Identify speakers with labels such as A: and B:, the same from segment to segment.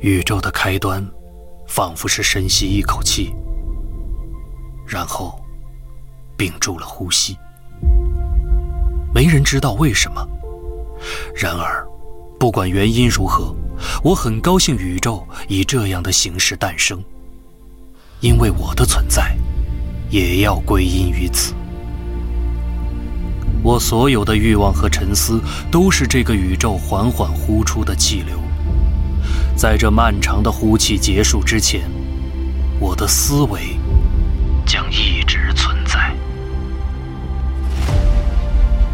A: 宇宙的开端，仿佛是深吸一口气，然后屏住了呼吸。没人知道为什么。然而，不管原因如何，我很高兴宇宙以这样的形式诞生，因为我的存在也要归因于此。我所有的欲望和沉思，都是这个宇宙缓缓呼出的气流。在这漫长的呼气结束之前，我的思维将一直存在。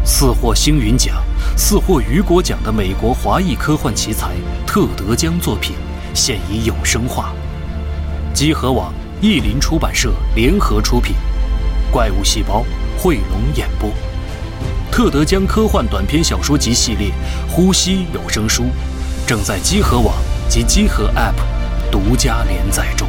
A: 四获星云奖、四获雨果奖的美国华裔科幻奇才特德·江作品，现已有声化，集合网、译林出版社联合出品，《怪物细胞》汇龙演播。特德·江科幻短篇小说集系列《呼吸》有声书，正在积禾网及积禾 App 独家连载中。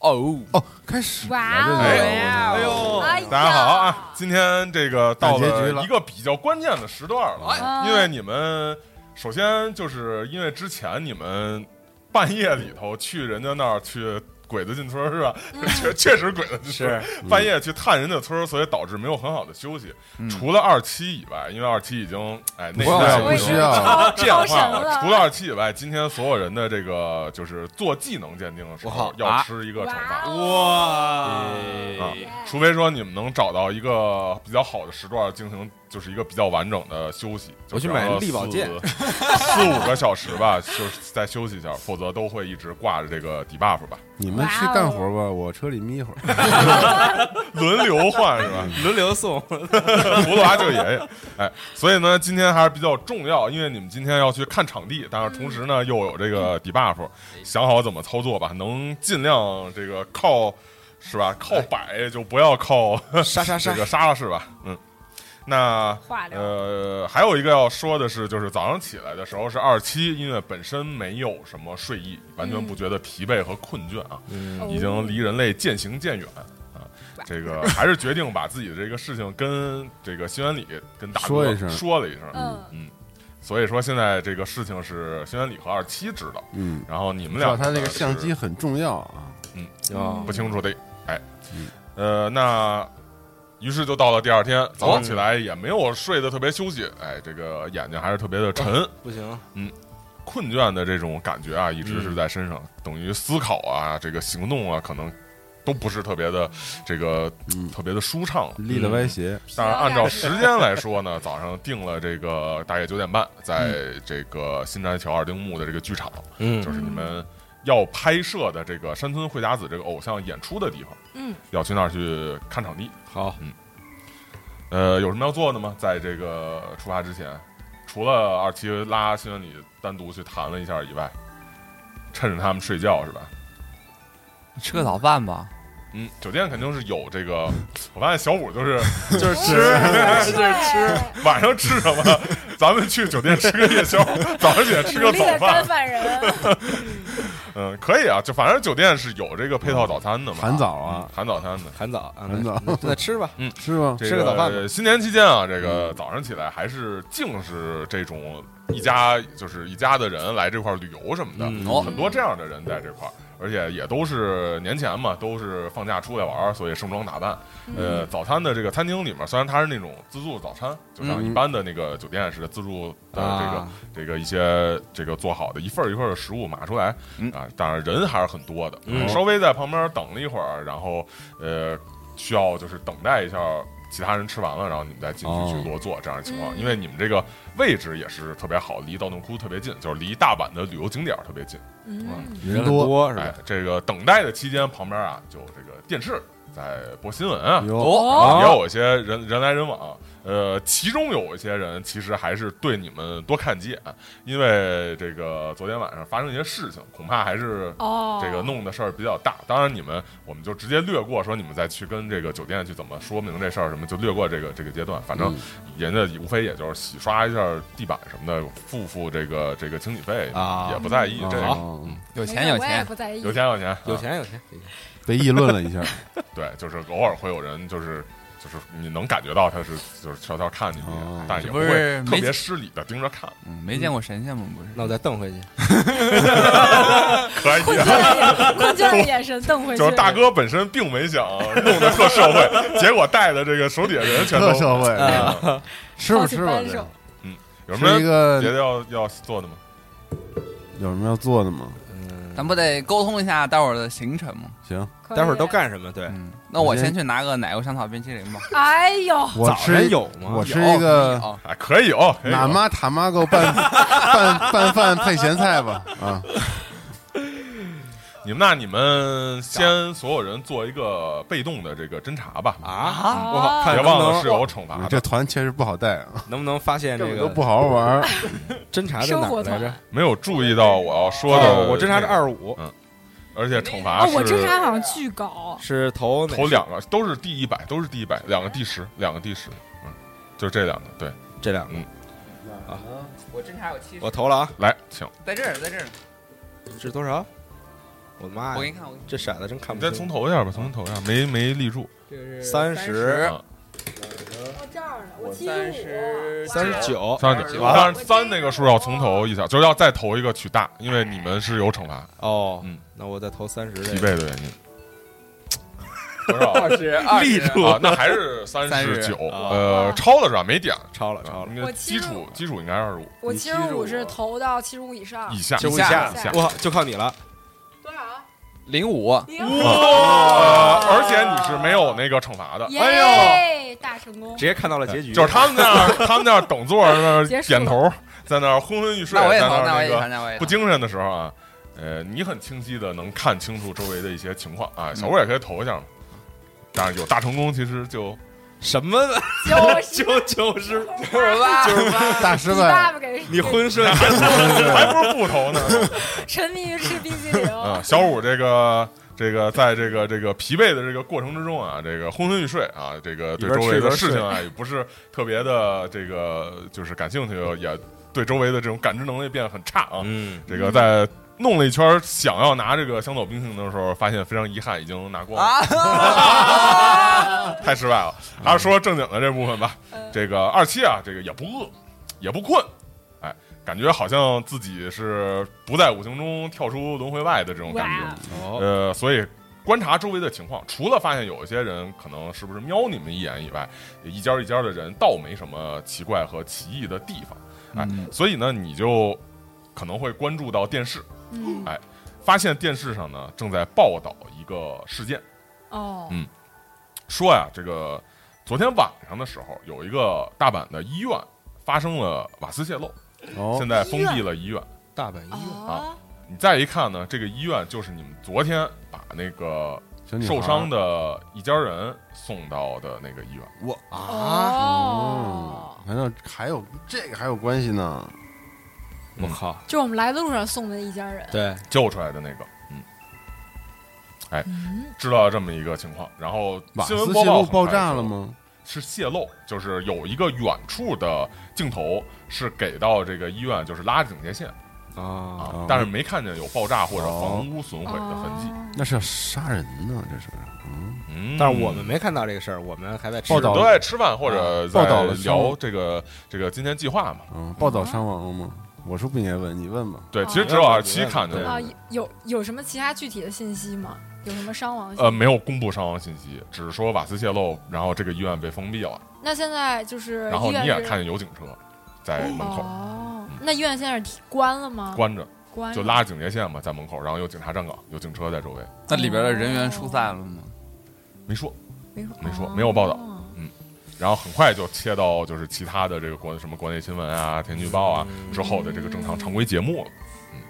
B: 哦，
C: 哦，开始了
D: 哇哦
C: 这
D: 哎
C: 个
D: 呀
B: 哎呦，
D: 哎呀
C: 大家好啊！今天这个到
E: 大结局
C: 了
E: 了嗯
C: 一个比较关键的时段了，
D: 哎
C: 因为你们首先就是因为之前你们半夜里头去人家那儿去鬼子进村儿是吧？
D: 嗯
C: 确确实鬼子进村儿，
E: 嗯
C: 半夜去探人家村儿，所以导致没有很好的休息。除了二期以外，因为二期已经哎那
E: 不要
C: 代
E: 不
C: 已
E: 需
C: 经
E: 要
D: 超
C: 这
D: 超
C: 样的
D: 神啊
C: 话，我
D: 了，
C: 除了二期以外，今天所有人的这个就是做技能鉴定的时
B: 我
C: 候
B: 靠
C: 要
B: 啊
C: 吃一个惩罚。
D: 哇
B: 哇，
C: 啊，除非说你们能找到一个比较好的时段进行，就是一个比较完整的休息。就
B: 我去
C: 比方说
B: 买力保健
C: 四四五个小时吧，就是再休息一下，否则都会一直挂着这个 debuff 吧，
E: 你们去干活吧，我车里眯会儿。
C: 轮流换是吧？
B: 轮流送，
C: 葫芦娃救爷爷，哎，所以呢，今天还是比较重要，因为你们今天要去看场地，但是同时呢又有这个 debuff，想好怎么操作吧，能尽量这个靠是吧？靠摆就不要靠
B: 哎杀杀杀
C: 这个杀了是吧？嗯，那
D: 化疗
C: 呃，还有一个要说的是，就是早上起来的时候是二期，因为本身没有什么睡意，完全不
D: 嗯
C: 觉得疲惫和困倦啊，已经离人类渐行渐远。啊。这个还是决定把自己的这个事情跟这个新源里跟大哥
E: 说一声
C: 说了一声，
D: 嗯
C: 嗯，所以说现在这个事情是新源里和二七知道，
E: 嗯，
C: 然后你们
E: 知
C: 俩
E: 道他那个
C: 是
E: 相机很重要啊。
C: 不清楚的，哎，
E: 嗯
C: 呃，那于是就到了第二天，早
E: 嗯
C: 上起来也没有睡得特别休息，哎，这个眼睛还是特别的沉，
B: 不行，
C: 困倦的这种感觉啊，一直是在身上，等于思考啊，这个行动啊，可能都不是特别的这个特别的舒畅。
E: 立了歪斜，
C: 但是按照时间来说呢，早上定了这个大概九点半，在这个新南桥二丁目的这个剧场，
B: 嗯
C: 就是你们要拍摄的这个山村惠甲子这个偶像演出的地方，
D: 嗯，
C: 要去那儿去看场地。嗯
B: 好，
C: 呃，有什么要做的吗？在这个出发之前，除了二七拉新闻里单独去谈了一下以外，趁着他们睡觉是吧？
F: 吃个早饭吧。
C: 嗯，酒店肯定是有这个。我发现小五就是就是吃
D: 吃 就是吃，
C: 晚上吃什么，咱们去酒店吃个夜宵， 早上起来吃
D: 努
C: 个
D: 力
C: 早
D: 的干
C: 饭。
D: 饭人，
C: 嗯，可以啊，就反正酒店是有这个配套早餐的嘛，
E: 含早啊，
C: 含早餐的。
B: 很早，啊
G: 嗯
E: 很早
B: 那那吃吧，
E: 是吗？
C: 这
B: 吃个早饭吧嗯
C: 新年期间啊，这个早上起来还是净是这种一家就是一家的人来这块儿旅游什么的，
B: 嗯
C: 很多这样的人在这块儿，而且也都是年前嘛，都是放假出来玩儿，所以盛装打扮。呃，早餐的这个餐厅里面，虽然它是那种自助早餐，就像一般的那个酒店似的自助的这个、
B: 嗯啊
C: 这个一些这个做好的一份儿一份儿的食物码出来、啊，当然人还是很多的。啊
B: 嗯
C: 稍微在旁边等了一会儿，然后呃，需要就是等待一下其他人吃完了，然后你们再进去
E: 哦
C: 去落座这样的情况。因为你们这个位置也是特别好，离道顿窟特别近，就是离大阪的旅游景点儿特别近。
D: 嗯，
B: 很
E: 人多
B: 多是
C: 哎
B: 吧？，
C: 这个等待的期间，旁边啊就这个电视在播新闻啊，
E: 哟，
C: 也
B: 哦，
C: 有一些人人来人往。呃，其中有一些人其实还是对你们多看几眼，因为这个昨天晚上发生一些事情，恐怕还是
D: 哦，
C: 这个弄的事儿比较大。当然，你们我们就直接略过，说你们再去跟这个酒店去怎么说明这事儿什么，就略过这个这个阶段。反正
D: 嗯
C: 人家无非也就是洗刷一下地板什么的，付付这个这个清理费，
B: 啊
C: 也不在意。这个
E: 哦
F: 有
D: 没事
F: 钱有
D: 我也
F: 钱，
D: 不在意，
C: 有钱有钱
G: 有
C: 啊
G: 钱有钱，有钱
E: 被议论了一下，
C: 对，就是偶尔会有人就是。就是你能感觉到他是就是悄悄看你一
E: 哦
C: 眼，但也
F: 这
C: 不
F: 不
C: 会
F: 是
C: 特
F: 没
C: 别失礼的盯着看，
F: 嗯没见过神仙吗？不是，
G: 那我再瞪回去。
C: 可以
D: 困倦
C: 啊。
D: 的眼，困倦的眼神瞪回去，
C: 就是大哥本身并没想弄得特社 会，结果带的这个手底下人全都
E: 特社会，
C: 嗯
E: 吃不
D: 放弃
E: 吃吧
D: 扳？手
C: 有什
E: 吃一
C: 么
E: 个
C: 别的要要做的吗？
E: 有什么要做的吗？
G: 嗯，
F: 咱不得沟通一下待会儿的行程吗？
E: 行，
D: 可以
G: 待会儿都干什么？对，
F: 嗯，那我
E: 我先
F: 先去拿个奶油香草冰淇淋吧。
D: 哎呦，
E: 我
G: 早
E: 吃
G: 上
E: 一
G: 有吗？
E: 我吃一个
F: 有
C: 哎，可以有，可以
E: 哪
C: 有。
E: 妈塔妈给我拌拌拌饭配咸菜吧啊！
C: 你们那你们先所有人做一个被动的这个侦查吧，
G: 啊，
D: 哦
G: 我好看能
C: 别忘
G: 不
C: 了是
G: 能
C: 有惩罚
E: 这
C: 的。
E: 团确实不好带啊，
G: 能不能发现
E: 根
G: 这
E: 本都
G: 个
E: 不好好玩儿。
G: 侦查在
D: 生
G: 哪
D: 活
G: 儿
D: 团
G: 来着？
C: 没有注意到我要说
G: 哦
C: 的，
G: 我侦查是，二十五，
C: 而且惩罚
D: 哦，我侦
C: 是
D: 查好像巨高，
G: 是投哪
C: 头两个都是第一百，都是第一百，两个第十，两个第十，嗯，就这两个，对，
G: 这两个
C: 嗯，
F: 我侦查有七
G: 我投了啊，
C: 来，请
F: 在这儿，在这儿，
G: 是多少？我的妈
F: 我给
G: 呀，
F: 你看，我给
G: 哎这骰子真看
C: 你
G: 不
C: 再
G: 清。
C: 从头一下吧，从头一下，没没立住，
F: 你
G: 三十、
D: 我哦这儿呢，我七
F: 三十
G: 三十九
C: 三十九，
G: 哇
C: 但是三那个数要从头一下，就是要再投一个取大，因为你们是有惩罚
G: 哦
C: 嗯，
G: 那我再投三十。
C: 疲惫的原因。 多少？
F: 十二
G: 立
F: 十
G: 住
C: 啊，那还是三十九，
G: 30啊
C: 呃，超了是吧？没点，
G: 超了超了，
C: 应该
D: 我啊
C: 基础基础应该是二十五
D: 我
G: 你
D: 七十五
G: 75
D: 是投到七十五以上
C: 以，下，
G: 这
F: 以
G: 一
F: 下
G: 下
D: 以下
G: 我就靠你了。
D: 多少？
F: 零五，
D: 你
C: 哇！而且你是没有那个惩罚的，哎
D: 哎呦，大成功
G: 直！接看到了结局，
C: 呦，就是他们那儿， 他们那儿等座儿在那儿
D: 结束了
C: 点头，在那儿昏昏欲睡，
F: 那我也
C: 在
F: 投，
C: 那
F: 那我
C: 儿
F: 也
C: 那
F: 投，
C: 个
F: 那我也投
C: 不精神的时候啊，呃，你很清晰的能看清楚周围的一些情况啊，小郭也可以投一下嘛，这样有大成功，其实 就
G: 什么
D: 九十
G: 九 九十，
F: 是吧？就是吧，
E: 大失
D: 你爸
E: 败，
D: 爸给
G: 你婚摄影
C: 还不如不投呢。
D: 沉迷于吃冰激 凌，
C: 啊，小五这个这个在这个这个疲惫的这个过程之中啊，这个昏昏欲睡啊，这个对
G: 一边
C: 周围
G: 吃一
C: 的
G: 边
C: 事
G: 睡
C: 情啊也不是特别的这个就是感兴趣，也对周围的这种感知能力变得很差啊。
G: 嗯，
C: 这个在弄了一圈想要拿这个香草冰淇淋的时候，发现非常遗憾，已经拿光了， 太失败了。还是说正经的这部分吧，
D: 嗯
C: 这个二七啊，这个也不饿，也不困，哎，感觉好像自己是不在五行中跳出轮回外的这种感觉
D: 哇。，
G: 哦，
C: 呃，所以观察周围的情况，除了发现有一些人可能是不是瞄你们一眼以外，一家一家的人倒没什么奇怪和奇异的地方。哎，
F: 嗯
C: 所以呢，你就可能会关注到电视，
D: 嗯，
C: 发现电视上呢正在报道一个事件，
D: 哦，
C: 嗯说呀，这个昨天晚上的时候，有一个大阪的医院发生了瓦斯泄漏，
E: 哦
C: 现在封闭了医院。
G: 大本营
D: 哦，
C: 你再一看呢，这个医院就是你们昨天把那个
E: 小女孩
C: 受伤的一家人送到的那个医院。
G: 我啊，
E: 哦
D: 哦，，
E: 还有还有这个还有关系呢，
G: 我靠，
C: 嗯
D: 就是我们来的路上送的一家人，
G: 对，
C: 救出来的那个，嗯，哎，
D: 嗯，
C: 知道这么一个情况，然后
E: 瓦
C: 新
E: 斯
C: 闻播
E: 泄
C: 报
E: 漏
C: 很快
E: 爆炸
C: 就
E: 了？吗？
C: 是泄漏，就是有一个远处的镜头是给到这个医院，就是拉着警戒线
G: 啊，
C: 啊
E: 哦，
C: 但是没看见有爆炸或者
E: 哦
C: 房屋损毁的
D: 哦
C: 痕迹。
E: 那是要杀人呢，这是
C: 嗯，
G: 但是我们没看到这个事儿，我们还在吃
E: 报道
C: 都在吃饭或者在
E: 报道了
C: 聊这个这个今天计划嘛。
E: 嗯，报道伤亡了吗？我说不应该问，你问吧。
C: 对，
D: 哦
C: 其实只有二七看见
G: 对
C: 了。
D: 啊，有有什么其他具体的信息吗？有什么伤亡？
C: 呃，没有公布伤亡信息，只是说瓦斯泄漏，然后这个医院被封闭了，
D: 那现在就是
C: 然后
D: 医院
C: 你也
D: 是
C: 看见有警车在门口
D: 哦，那医院现在是关了吗？
C: 关着。
D: 关
C: 就
D: 了
C: 拉警戒线嘛，在门口，然后有警察站岗，有警车在周围。
F: 那里边的人员疏散了吗？
C: 没说，
D: 没说
C: 没说
D: 哦
C: 没有报道然后很快就切到就是其他的这个国什么国内新闻啊、天气预报啊之后的这个正常常规节目了，嗯，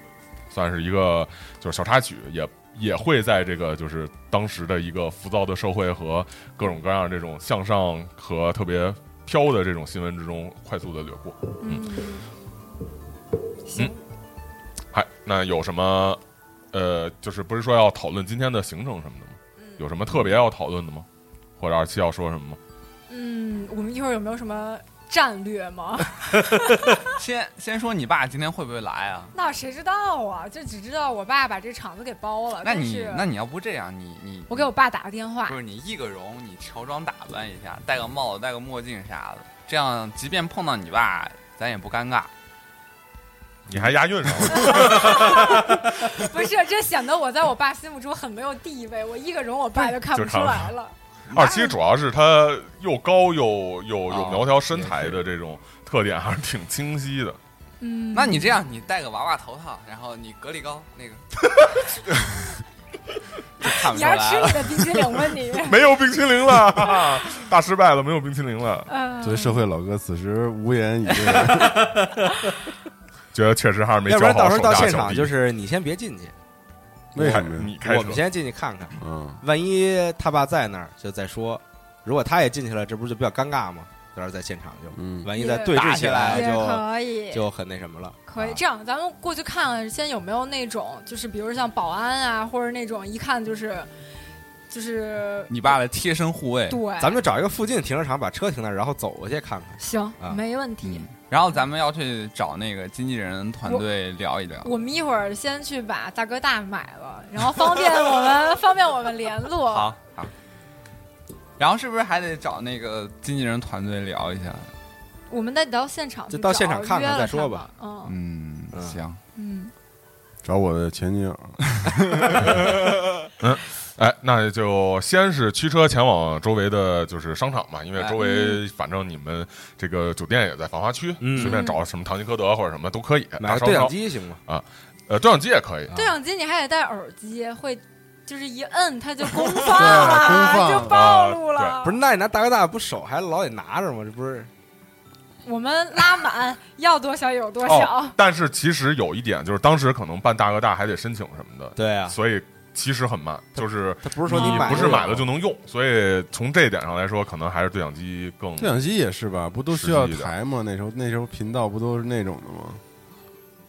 C: 算是一个就是小插曲，也也会在这个就是当时的一个浮躁的社会和各种各样这种向上和特别飘的这种新闻之中快速的掠过。
D: 嗯，行，
C: 嗨，那有什么？呃，就是不是说要讨论今天的行程什么的吗？有什么特别要讨论的吗？或者二七要说什么吗？
D: 嗯，我们一会儿有没有什么战略吗？
F: 先先说你爸今天会不会来啊？
D: 那谁知道啊？就只知道我爸把这厂子给包了。
F: 那
D: 真
F: 你
D: 是
F: 那你要不这样，你你
D: 我给我爸打个电话
F: 不，是你易个容，你乔装打扮一下，戴个帽子，戴个墨镜啥的，这样即便碰到你爸，咱也不尴尬。
D: 嗯
C: 你还押韵上了？
D: 不是这显得我在我爸心目中很没有地位，我一个容我爸就看不出来了。
C: 二七主要是他又高又又
F: 哦
G: 啊
C: 有苗条身材的这种特点还是挺清晰的。
D: 嗯，
F: 那你这样，你戴个娃娃头套，然后你格力高那个，就看不
D: 你
F: 出
D: 要
F: 来
D: 吃
F: 了
D: 你。的冰淇淋吗 你？
C: 没有冰淇淋了， 哈哈大失败了，没有冰淇淋了。
D: 嗯，
E: 作为社会老哥，此时无言以对。
C: 觉得确实还是没
G: 要不
C: 教
G: 然到
C: 好
G: 时
C: 手
G: 候到
C: 下
G: 现
C: 小
G: 场
C: 弟。
G: 就是你先别进去，
E: 为什
C: 还
E: 么呀？
C: 你开
G: 我
C: 车
G: 们先进去看看，
E: 嗯，
G: 万一他爸在那儿就再说，如果他也进去了，这不是就比较尴尬吗？到时候在现场就，
E: 嗯
G: 万一再对峙起来
D: 也
G: 就
D: 可以，
G: 就很那什么了。
D: 可以
G: 啊
D: 这样，咱们过去看看，先有没有那种，就是比如像保安啊，或者那种一看就是，就是
F: 你爸的贴身护卫，
D: 对，
G: 咱们就找一个附近停车场，把车停那儿，然后走过去看看。
D: 行、
G: 啊
D: 没问题。
F: 嗯，然后咱们要去找那个经纪人团队聊一聊。
D: 我们一会儿先去把大哥大买了，然后方便 我们方便我们联络。
F: 好，好。然后是不是还得找那个经纪人团队聊一下？
D: 我们得到现场去
G: 就到
D: 找
G: 现场看看
D: 约了
G: 再说
D: 他
G: 吧
D: 们。嗯
F: 嗯，
G: 嗯
F: 行，
D: 嗯，
E: 找我的前女友，
C: 哎，那就先是驱车前往周围的就是商场嘛，因
G: 哎
C: 为周围反正你们这个酒店也在繁华区，
G: 嗯
C: 随便找什么唐吉诃德或者什么都可以。
G: 买
C: 大
G: 个
C: 烧
G: 对
C: 烤
G: 讲，机啊行吗？
C: 呃，对讲机也可 以。
D: 啊对讲机你还得戴耳机，会就是一摁它就公放
E: 对公放
D: 就暴露了。
C: 啊
G: 不是，那你拿大哥大不手还老得拿着吗？这不是
D: 我们拉满，要多少有多少。
C: 哦，但是其实有一点就是，当时可能办大哥大还得申请什么的，
G: 对啊，
C: 所以其实很慢，就是
G: 他不是说
D: 你
G: 买
C: 不是买了
G: 就
C: 就能用，所以从这一点上来说，可能还是对讲机更
E: 对讲机也是吧？不都需要
C: 实际一点
E: 台吗？那时候那时候频道不都是那种的吗？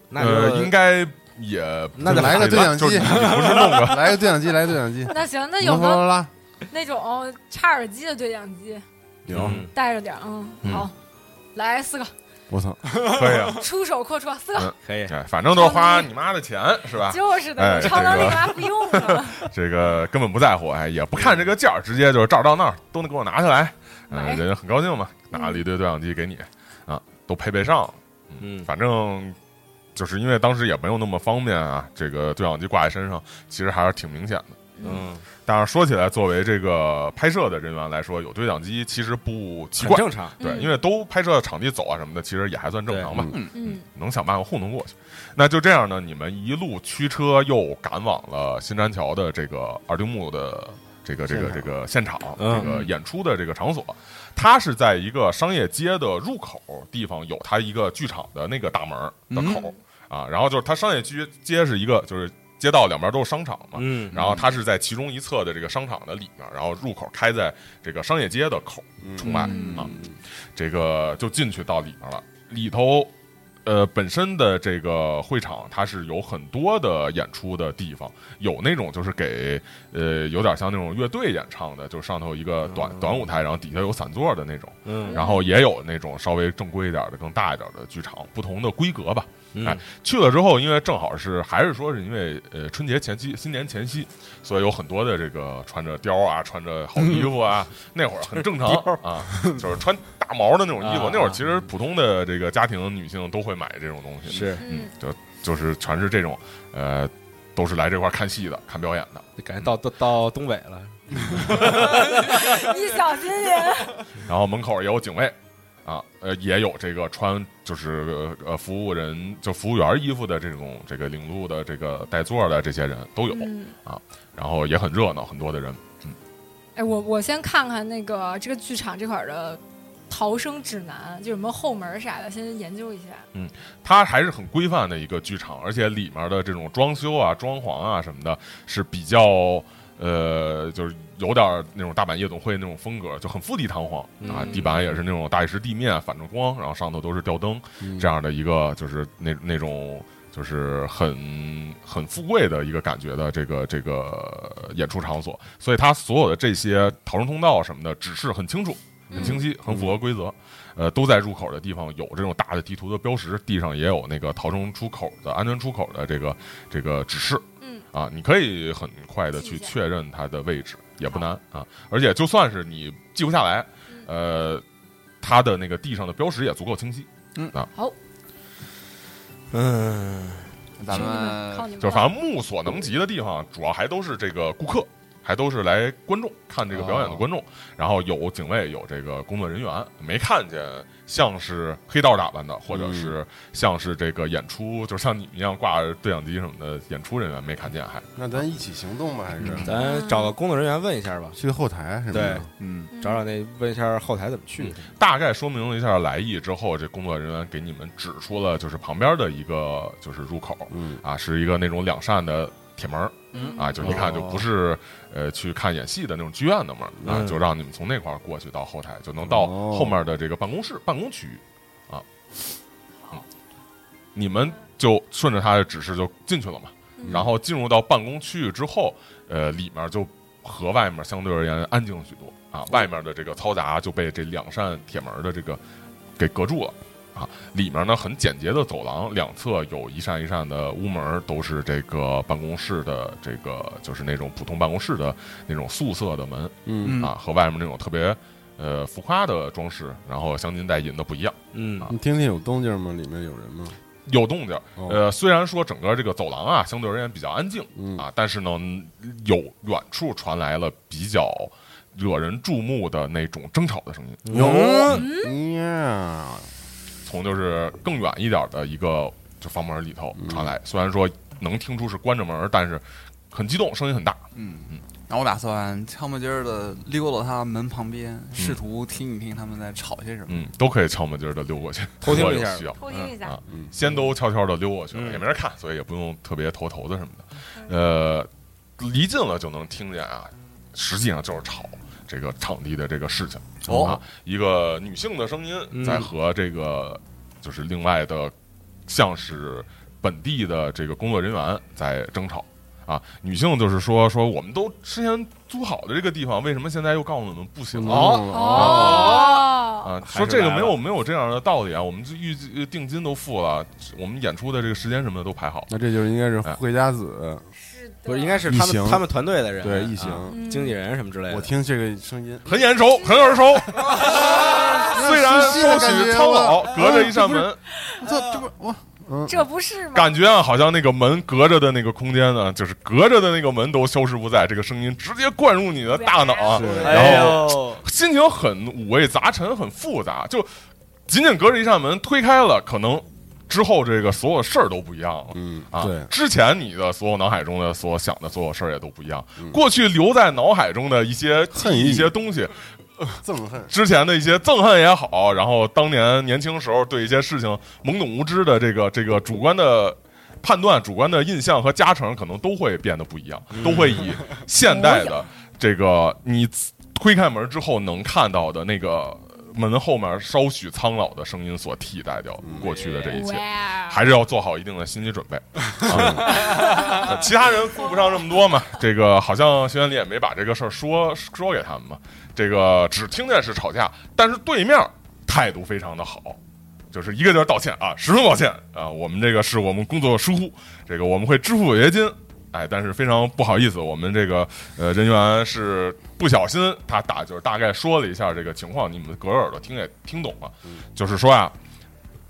G: 那
C: 呃
G: 就
C: 应该也
G: 那就
E: 来个对讲机
C: 就是你不是弄个
E: 来个对讲机，来个对讲机。
D: 那行， 那有
E: 摩
D: 没
E: 托
D: 有
E: 罗拉
D: 那种插耳机的对讲机？
E: 有，
G: 嗯
D: 带着点儿，嗯，
C: 嗯
D: 好，来四个，
E: 我操，
C: 可以啊。
D: 出手阔绰，四
C: 嗯
D: 个，
G: 可以。
C: 哎，反正都是花你妈的钱是吧？
D: 就是
C: 哎
D: 的，超能力
C: 这个
D: 还不用呢，
C: 这个根本不在乎，哎，也不看这个价儿，直接就是这儿到那儿都能给我拿下来，
D: 买
C: 嗯，人家很高兴嘛，拿了一堆对讲机给你啊，都配备上了，
G: 嗯
C: 反正就是因为当时也没有那么方便啊，这个对讲机挂在身上，其实还是挺明显的。
G: 嗯，
C: 但是说起来，作为这个拍摄的人员来说，有对讲机其实不奇
G: 很
C: 怪，
G: 正常。
C: 对，
D: 嗯
C: 因为都拍摄场地走啊什么的，其实也还算正常吧。
D: 嗯，
C: 能想办法糊弄过去。那就这样呢，你们一路驱车又赶往了新山桥的这个二丁目的这个这个这个现场，
G: 嗯
C: 这个演出的这个场所。它是在一个商业街的入口地方有它一个剧场的那个大门的口、啊，然后就是它商业街街是一个就是街道两边都是商场嘛，
G: 嗯
C: 然后它是在其中一侧的这个商场的里面，然后入口开在这个商业街的口出来、
D: 嗯
C: 啊，这个就进去到里面了。里头，呃，本身的这个会场它是有很多的演出的地方，有那种就是给呃有点像那种乐队演唱的，就上头一个短、短舞台，然后底下有散座的那种，
G: 嗯
C: 然后也有那种稍微正规一点的、更大一点的剧场，不同的规格吧。
G: 嗯
C: 哎，去了之后，因为正好是还是说是因为呃春节前夕、新年前夕，所以有很多的这个穿着貂啊、穿着好衣服啊，
G: 嗯
C: 那会儿很正常啊，就是穿大毛的那种衣服。
G: 啊
C: 那会儿其实普通的这个家庭女性都会买这种东西，
G: 是
C: 嗯
D: 嗯，，
C: 就就是全是这种呃，都是来这块儿看戏的、看表演的。
G: 感觉到到到东北了。
C: 嗯
D: 你小心点，
C: 然后门口也有警卫，啊，呃，也有这个穿就是呃服务人就服务员衣服的这种这个领路的这个带座的这些人 都有，
D: 嗯，
C: 然后也很热闹，很多的人。
D: 哎，我我先看看那个这个剧场这块儿的逃生指南，就有没有后门啥的，先研究一下，
C: 它还是很规范的一个剧场，而且里面的这种装修啊、装潢啊什么的，是比较呃，就是有点儿那种大阪夜总会那种风格，就很富丽堂皇啊。
F: 嗯
C: 地板也是那种大理石地面，反着光，然后上头都是吊灯，
G: 嗯
C: 这样的一个就是那那种就是很很富贵的一个感觉的这个这个演出场所，所以它所有的这些逃生通道什么的指示很清楚、很清晰、很符合规则。呃，都在入口的地方有这种大的地图的标识，地上也有那个逃生出口的安全出口的这个这个指示。
D: 嗯，
C: 啊，你可以很快的
D: 记
C: 去
D: 一下
C: 确认它的位置，也不难啊。而且就算是你记不下来，呃，它的那个地上的标识也足够清晰。
G: 嗯，
F: 咱
D: 兄弟们，靠
F: 们
D: 你们
C: 就
D: 了，
C: 是反正目所能及的地方，主要还都是这个顾客，还都是来观众看这个表演的观众。然后有警卫，有这个工作人员，没看见像是黑道打扮的，或者是像是这个演出，就是像你们一样挂着对讲机什么的演出人员没看见还。
E: 那咱一起行动吧，还是
H: 嗯
G: 咱找个工作人员问一下吧，
E: 去后台什么
G: 对
E: 的？，
F: 嗯，
D: 嗯
G: 找找那问一下后台怎么去。
C: 大概说明了一下来意之后，这工作人员给你们指出了就是旁边的一个就是入口
E: 嗯，
C: 啊，是一个那种两扇的铁门儿
F: 嗯
C: 啊，就一看就不是呃去看演戏的那种剧院的门儿啊，
G: 嗯
C: 就让你们从那块儿过去到后台，就能到
E: 哦
C: 后面的这个办公室办公区域啊。嗯你们就顺着他的指示就进去了嘛，
D: 嗯
C: 然后进入到办公区域之后，呃，里面就和外面相对而言安静许多啊，外面的这个嘈杂就被这两扇铁门的这个给隔住了啊。里面呢很简洁的走廊，两侧有一扇一扇的屋门，都是这个办公室的这个就是那种普通办公室的那种素色的门，
F: 嗯
C: 啊，和外面那种特别呃浮夸的装饰，然后镶金带银的不一样。
G: 嗯
E: 你听见有动静吗？里面有人吗？
C: 有动静儿，
E: 哦
C: 呃，虽然说整个这个走廊啊相对而言比较安静，
E: 嗯
C: 啊，但是呢，有远处传来了比较惹人注目的那种争吵的声音，
G: 嗯
H: 嗯
E: 呀，
C: 从就是更远一点的一个就房门里头传来。虽然说能听出是关着门，但是很激动，声音很大。
F: 嗯嗯。然后我打算悄没劲儿的溜到他门旁边，试图听一听他们在吵些什么。
C: 嗯，都可以悄没劲儿的溜过去，
G: 偷听
C: 如果
G: 一下
C: 有需要。
D: 偷听一下
C: 啊，
H: 嗯
C: 先都悄悄的溜过去了，
G: 嗯
C: 也没人看，所以也不用特别头头的什么的。呃，离近了就能听见啊，实际上就是吵这个场地的这个事情。
F: 哦
C: 啊，一个女性的声音
G: 嗯
C: 在和这个就是另外的，像是本地的这个工作人员在争吵。啊，女性就是说说我们都之前租好的这个地方，为什么现在又告诉我们不行了？
H: 哦
E: 哦
D: 哦，
C: 啊，
G: 还
C: 说
G: 是
C: 这个
G: 来
C: 没
G: 了
C: 有没有这样的道理啊！我们就预计定金都付了，我们演出的这个时间什么的都排好了。
E: 那这就是应该是
C: 哎
E: 惠家子
D: 是的，
G: 不是应该是
E: 异
G: 他
E: 形
G: 们他们团队的人，
E: 对异
G: 啊
E: 形，
D: 嗯
G: 经纪人什么之类的。
E: 我听这个声音，
C: 很眼熟，很 耳熟。虽然
E: 熟悉的
C: 收
E: 感
C: 取
E: 觉
C: 苍
E: 了
C: 老，隔着一扇
E: 啊
C: 门，
E: 我操，这不我
D: 这不是吗？
C: 感觉啊，好像那个门隔着的那个空间呢，就是隔着的那个门都消失不在，这个声音直接灌入你的大脑啊，
E: 是
G: 哎
C: 然后
G: 后
E: 啊
C: 心情很五味杂陈，很复杂。就仅仅隔着一扇门推开了，可能之后这个所有事儿都不一样了。
E: 嗯
C: 啊，
E: 对，
C: 之前你的所有脑海中的所想的所有事儿也都不一样，过去留在脑海中的一些记
E: 嗯恨
C: 忆
E: 意
C: 一些东西，
E: 憎恨，
C: 之前的一些憎恨也好，然后当年年轻时候对一些事情懵懂无知的这个这个主观的。判断、主观的印象和加成可能都会变得不一样，
E: 嗯
C: 都会以现代的这个你推开门之后能看到的那个门后面稍许苍老的声音所替代掉过去的这一切。
D: 哇，
C: 还是要做好一定的心理准备。啊、 其他人顾不上这么多嘛，这个好像学院里也没把这个事儿说说给他们嘛。这个只听见是吵架，但是对面态度非常的好，就是一个劲儿道歉啊，十分抱歉啊，我们这个是我们工作疏忽，这个我们会支付违约金。哎，但是非常不好意思，我们这个呃人员是不小心，他打就是大概说了一下这个情况，你们隔着耳朵听也听懂了，就是说啊，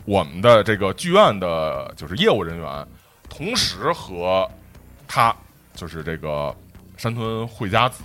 C: 我们的这个剧院的，就是业务人员，同时和他，就是这个山村惠家子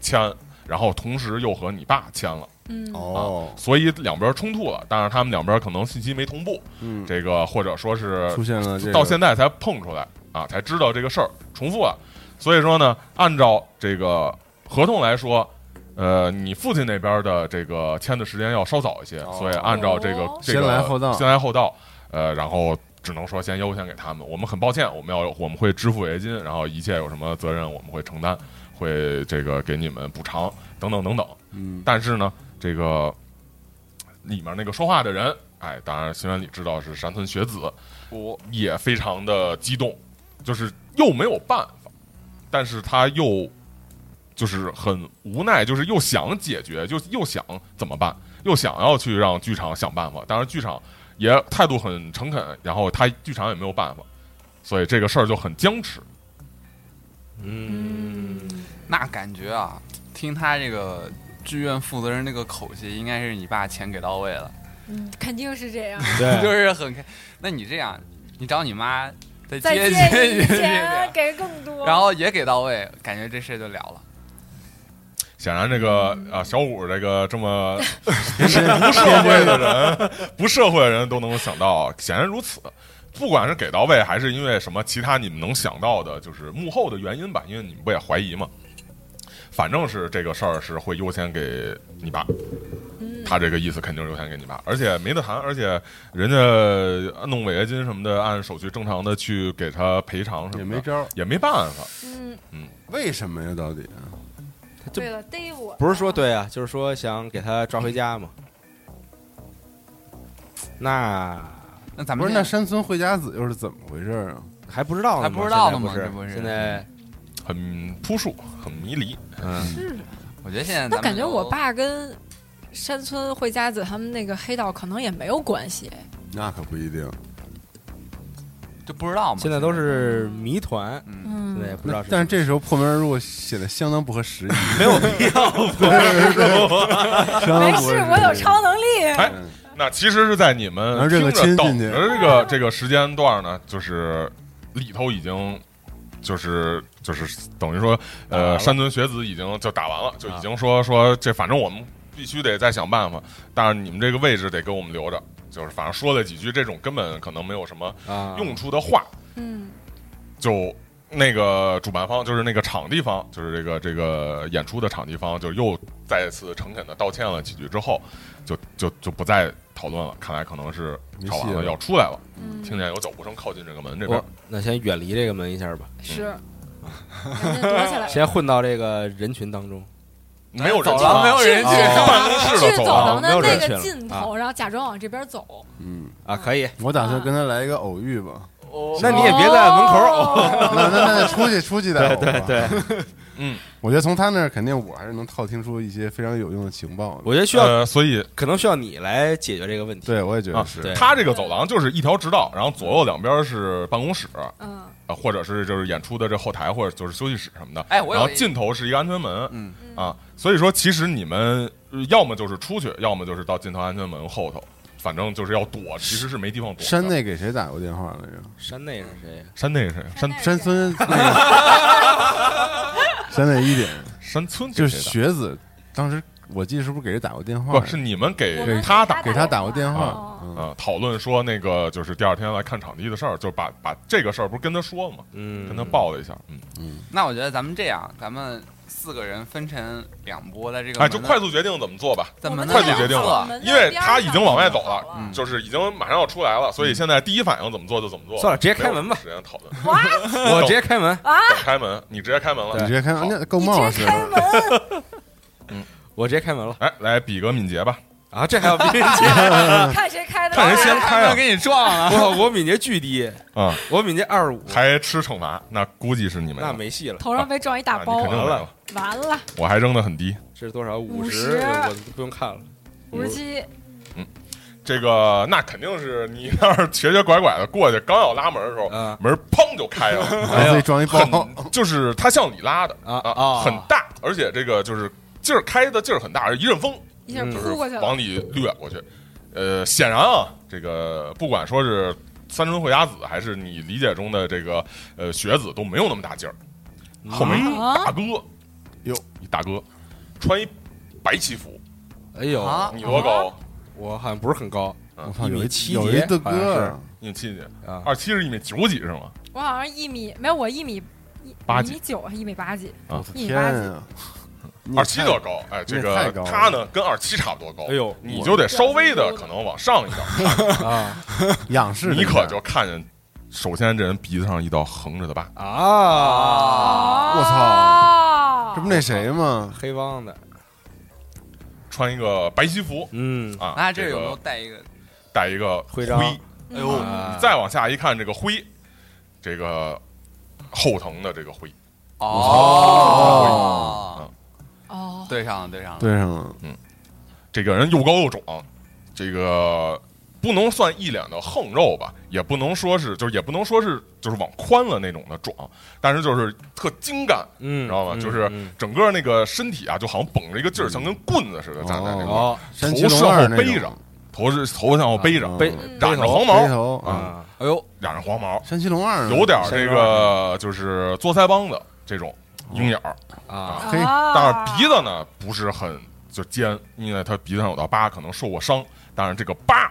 C: 签，然后同时又和你爸签了，
D: 嗯，
E: 哦，
C: 所以两边冲突了。但是他们两边可能信息没同步，
E: 嗯，
C: 这个或者说是
E: 出现了这个
C: 到现在才碰出来啊，才知道这个事儿重复了。所以说呢，按照这个合同来说，呃，你父亲那边的这个签的时间要稍早一些，
E: 哦
C: 所以按照这个、
D: 哦
C: 这个
E: 先来后到
C: 先来后到，呃，然后只能说先优先给他们。我们很抱歉，我们要我们会支付违约金，然后一切有什么责任我们会承担。会这个给你们补偿等等等等。
H: 嗯，
C: 但是呢，这个里面那个说话的人，哎，当然新原里知道是山村学子，
F: 我
C: 也非常的激动，就是又没有办法，但是他又就是很无奈，就是又想解决，就又想怎么办，又想要去让剧场想办法。当然，剧场也态度很诚恳，然后他剧场也没有办法，所以这个事儿就很僵持。
D: 嗯，
F: 那感觉啊，听他这个剧院负责人那个口气，应该是你把钱给到位了，
D: 嗯肯定是这样。
F: 就
G: 对，
F: 是很开。那你这样，你找你妈再
D: 再
F: 借
D: 借
F: 一
D: 一
F: 借
D: 钱
F: 点，
D: 给更多，
F: 然后也给到位，感觉这事就了了。
C: 显然，这个啊，小五这个这么 不社会的人，不社会的人都能想到，显然如此。不管是给到位，还是因为什么其他你们能想到的，就是幕后的原因吧，因为你们不也怀疑嘛。反正是这个事儿是会优先给你爸，
D: 嗯
C: 他这个意思肯定是优先给你爸，而且没得谈，而且人家呃弄违约金什么的，按手续正常的去给他赔偿什
H: 也
C: 么
H: 没
C: 的，
H: 招儿，
C: 也没办法。
D: 嗯，
H: 为什么呀？到底
G: 就
D: 为了逮我，
G: 不是说对啊，就是说想给他抓回家嘛。那
F: 那咱
H: 不
F: 们
H: 是那
F: 现
H: 山村惠家子又是怎么回事啊？
G: 还不知道呢吗，
F: 还不知道呢吗
G: 现在
F: 这不
G: 不
F: 是嗯
G: 现在
C: 很扑朔，很迷离。
G: 嗯，
D: 是的
F: 我觉得现在咱
D: 那
F: 们
D: 感觉
F: 就
D: 我爸跟山村惠家子他们那个黑道可能也没有关系，
H: 那可不一定。
F: 就不知道嘛，
G: 现在都是谜团，
F: 嗯，
G: 现在也
D: 嗯，
G: 不知道是
H: 但是这时候破门而入显得相当不合时宜。
G: 没有必要。
H: 相当不合时宜，
D: 没事
C: 啊
D: 我有超能力，
C: 哎，那其实是在你
H: 然后
C: 们
H: 认个
C: 听着
H: 亲
C: 等
H: 进去
C: 着这个这个时间段呢，就是里头已经就是就是等于说，
G: 打完
C: 呃，
G: 了
C: 山村学子已经就打完了，就
G: 啊
C: 已经说说这反正我们必须得再想办法，但是你们这个位置得给我们留着。就是反正说了几句这种根本可能没有什么
G: 啊，
C: 用处的话，
D: 嗯
C: 就那个主办方，就是那个场地方，就是这个这个演出的场地方，就又再次诚恳的道歉了几句之后，就就就不再讨论了。看来可能是吵完
H: 没
C: 了
H: 戏了
C: 要出来了，
D: 嗯，
C: 听见有脚步声靠近这个门这边
G: 我。那先远离这个门一下吧，
D: 是，人家躲起来
F: 嗯
D: 了，
G: 先混到这个人群当中。
C: 没有人
F: 哎走
C: 进
F: 了，
C: 来，
F: 没有人
H: 啊
D: 去
F: 进
D: 走廊
C: 办公室都
F: 来。
D: 去
C: 走
D: 走
C: 啊廊
D: 廊的
G: 没有
D: 那
G: 人去
D: 个
G: 了
D: 尽
G: 啊
D: 头，然后假装往这边走。
H: 嗯，
G: 啊，可以。
H: 我打算跟他来一个偶遇吧。
F: 我
G: 那你也别在门口偶。
F: 哦
H: 那那那那出去出去再
G: 对
H: 偶吧
G: 对对，
H: 我觉得从他那儿肯定我还是能套听出一些非常有用的情报的。
G: 我觉得需要，
C: 呃，所以
G: 可能需要你来解决这个问题。
H: 对，我也觉得
C: 啊
H: 是。
G: 对
C: 它这个走廊就是一条直道，然后左右两边是办公室，
D: 嗯，
C: 啊，或者是就是演出的这后台，或者就是休息室什么的。
F: 哎我有
C: 然后
F: 一
C: 尽头是一个安全门，
F: 嗯
C: 啊，所以说其实你们呃要么就是出去，要么就是到尽头安全门后头，反正就是要躲，其实是没地方躲的。
H: 山内给谁打过电话来
D: 哎
H: 着？
G: 山内是谁呀？啊
C: 山内是山
D: 内
H: 山村那个 山内一点
C: 山村
H: 就
C: 给
H: 是
C: 谁
H: 学子，当时我记得是不是给人打过电
C: 打？
H: 话？
C: 不是你们
D: 我
C: 给
D: 们
C: 他打
H: 给他打过电话
D: 哦。
H: 嗯
C: 啊，讨论说那个就是第二天来看场地的事儿，就把把这个事儿不是跟他说了吗？
G: 嗯
C: 跟他报了一下，嗯，
F: 那我觉得咱们这样，咱们四个人分成两拨，在这个
C: 哎，
F: 门
C: 就
F: 的
C: 快速决定怎么做吧。
F: 在
D: 我
F: 门
D: 们
F: 的
C: 快速
F: 两
C: 决定
F: 侧
C: 了
D: 我们在
C: 因为
D: 边
C: 他
D: 上
C: 已经往外走
D: 就
C: 了
D: 好
F: 嗯
C: 就是已经马上要出来了，所以现在第一反应怎么做就怎么做。
G: 嗯算了直接开门吧
C: 没有时间讨论，
D: 哇，
G: 我直接开门，
C: 等开门，你直接开门
H: 你直
C: 了。
H: 接开那够
D: 哦你
H: 冒
D: 直
H: 失
D: 接。开门，
G: 我直接开门了
C: 哎，来比个敏捷吧，
G: 啊！这还 要敏捷？
D: 看谁开的快。
C: 嗯看人先开
F: 要
G: 哎
C: 啊，
F: 给你撞了。
G: 我我敏捷巨低，
C: 啊，
G: 我敏捷二十五，
C: 还吃惩罚，那估计是你们
G: 那没戏了。
D: 头上被撞一
C: 啊
D: 大
C: 你
D: 包
C: 肯，定没有
G: 了，
D: 完了，
C: 我还扔的很低。
G: 这是多少？
D: 50
G: 十，我不用看了。
D: 五
C: 嗯
D: 十七，
C: 这个那肯定是你那儿瘸瘸拐拐的过去，刚要拉门的时候，
G: 啊
C: 门砰就开了，
H: 然后自己装一包，哦
C: 很就是他向你拉的
G: 啊啊
C: 很大，而且这个就是劲儿开的劲儿很大，一阵风
D: 一
F: 嗯
D: 下
C: 就
D: 扑过去
C: 是
D: 了
C: 往。里掠过去。呃，显然啊，这个不管说是三春惠家子，还是你理解中的这个呃学子，都没有那么大劲儿。
G: 嗯
C: 后面一
D: 啊
C: 大哥，
H: 哟，
C: 一大哥穿一白旗服，
G: 哎呦，
F: 啊
C: 你多高？
G: 我好像不是很高，啊
H: 我操，
G: 一米
H: 有一
G: 七
H: 有
G: 几
H: 一的
G: 好像是
H: 哥，
C: 一米七几，
G: 啊
C: 二七是一米九几是吗？
D: 我好像一米，没有我一米一
C: 八
D: 一
C: 几
D: 米九还一米八几，
C: 啊
D: 一米
H: 天
D: 八几，
H: 啊！你也
C: 二七
H: 太
C: 多高？哎，
H: 你
C: 这
H: 也
C: 个
H: 太高了
C: 他呢跟二七差不多高。
G: 哎呦
C: 你就得稍微的可能往上一点，
G: 啊
H: 仰视啊了
C: 你
H: 一
C: 可
H: 下
C: 就看见，首先这人鼻子上一道横着的疤，
D: 哦
G: 啊！
D: 我嗯
H: 我操！这不那谁吗？
G: 黑帮的，
C: 穿一个白西服
G: 嗯，
C: 啊，
F: 那哎这
C: 这
F: 有没有
C: 个
F: 带一个？
C: 带一个
G: 徽
C: 徽
G: 章
F: 哎
D: 嗯
F: 呦，
G: 啊
C: 再往下一看，这个徽，这个后藤的这个徽，
F: 哦，
D: 哦，
F: 对上了，对上了，
H: 对上了，
C: 这个人又高又壮，这个不能算一脸的横肉吧，也不能说是，就是也不能说是就是往宽了那种的壮，但是就是特精干，
G: 嗯，
C: 知道吗？
G: 嗯
C: 就是
G: 嗯
C: 整个那个身体啊，就好像绷着一个劲儿，像根棍子似的站在那块儿，
G: 哦，
H: 山
C: 头
H: 崎龙
C: 向
H: 二
C: 后
H: 那
C: 背着
H: 种，
C: 头是头向后背着，
H: 啊
G: 背
D: 嗯
C: 染着黄毛
H: 背，嗯头啊，
G: 啊，
F: 哎呦，
C: 染着黄毛，
H: 山崎龙二
C: 有点儿
G: 山
C: 这
G: 庄
C: 个就是做腮帮子这种鹰眼儿，
G: 啊，
H: 黑
C: 但是
D: 哦
C: 鼻子呢不是很就尖，因为他鼻子上有道疤，可能受过伤，但是这个疤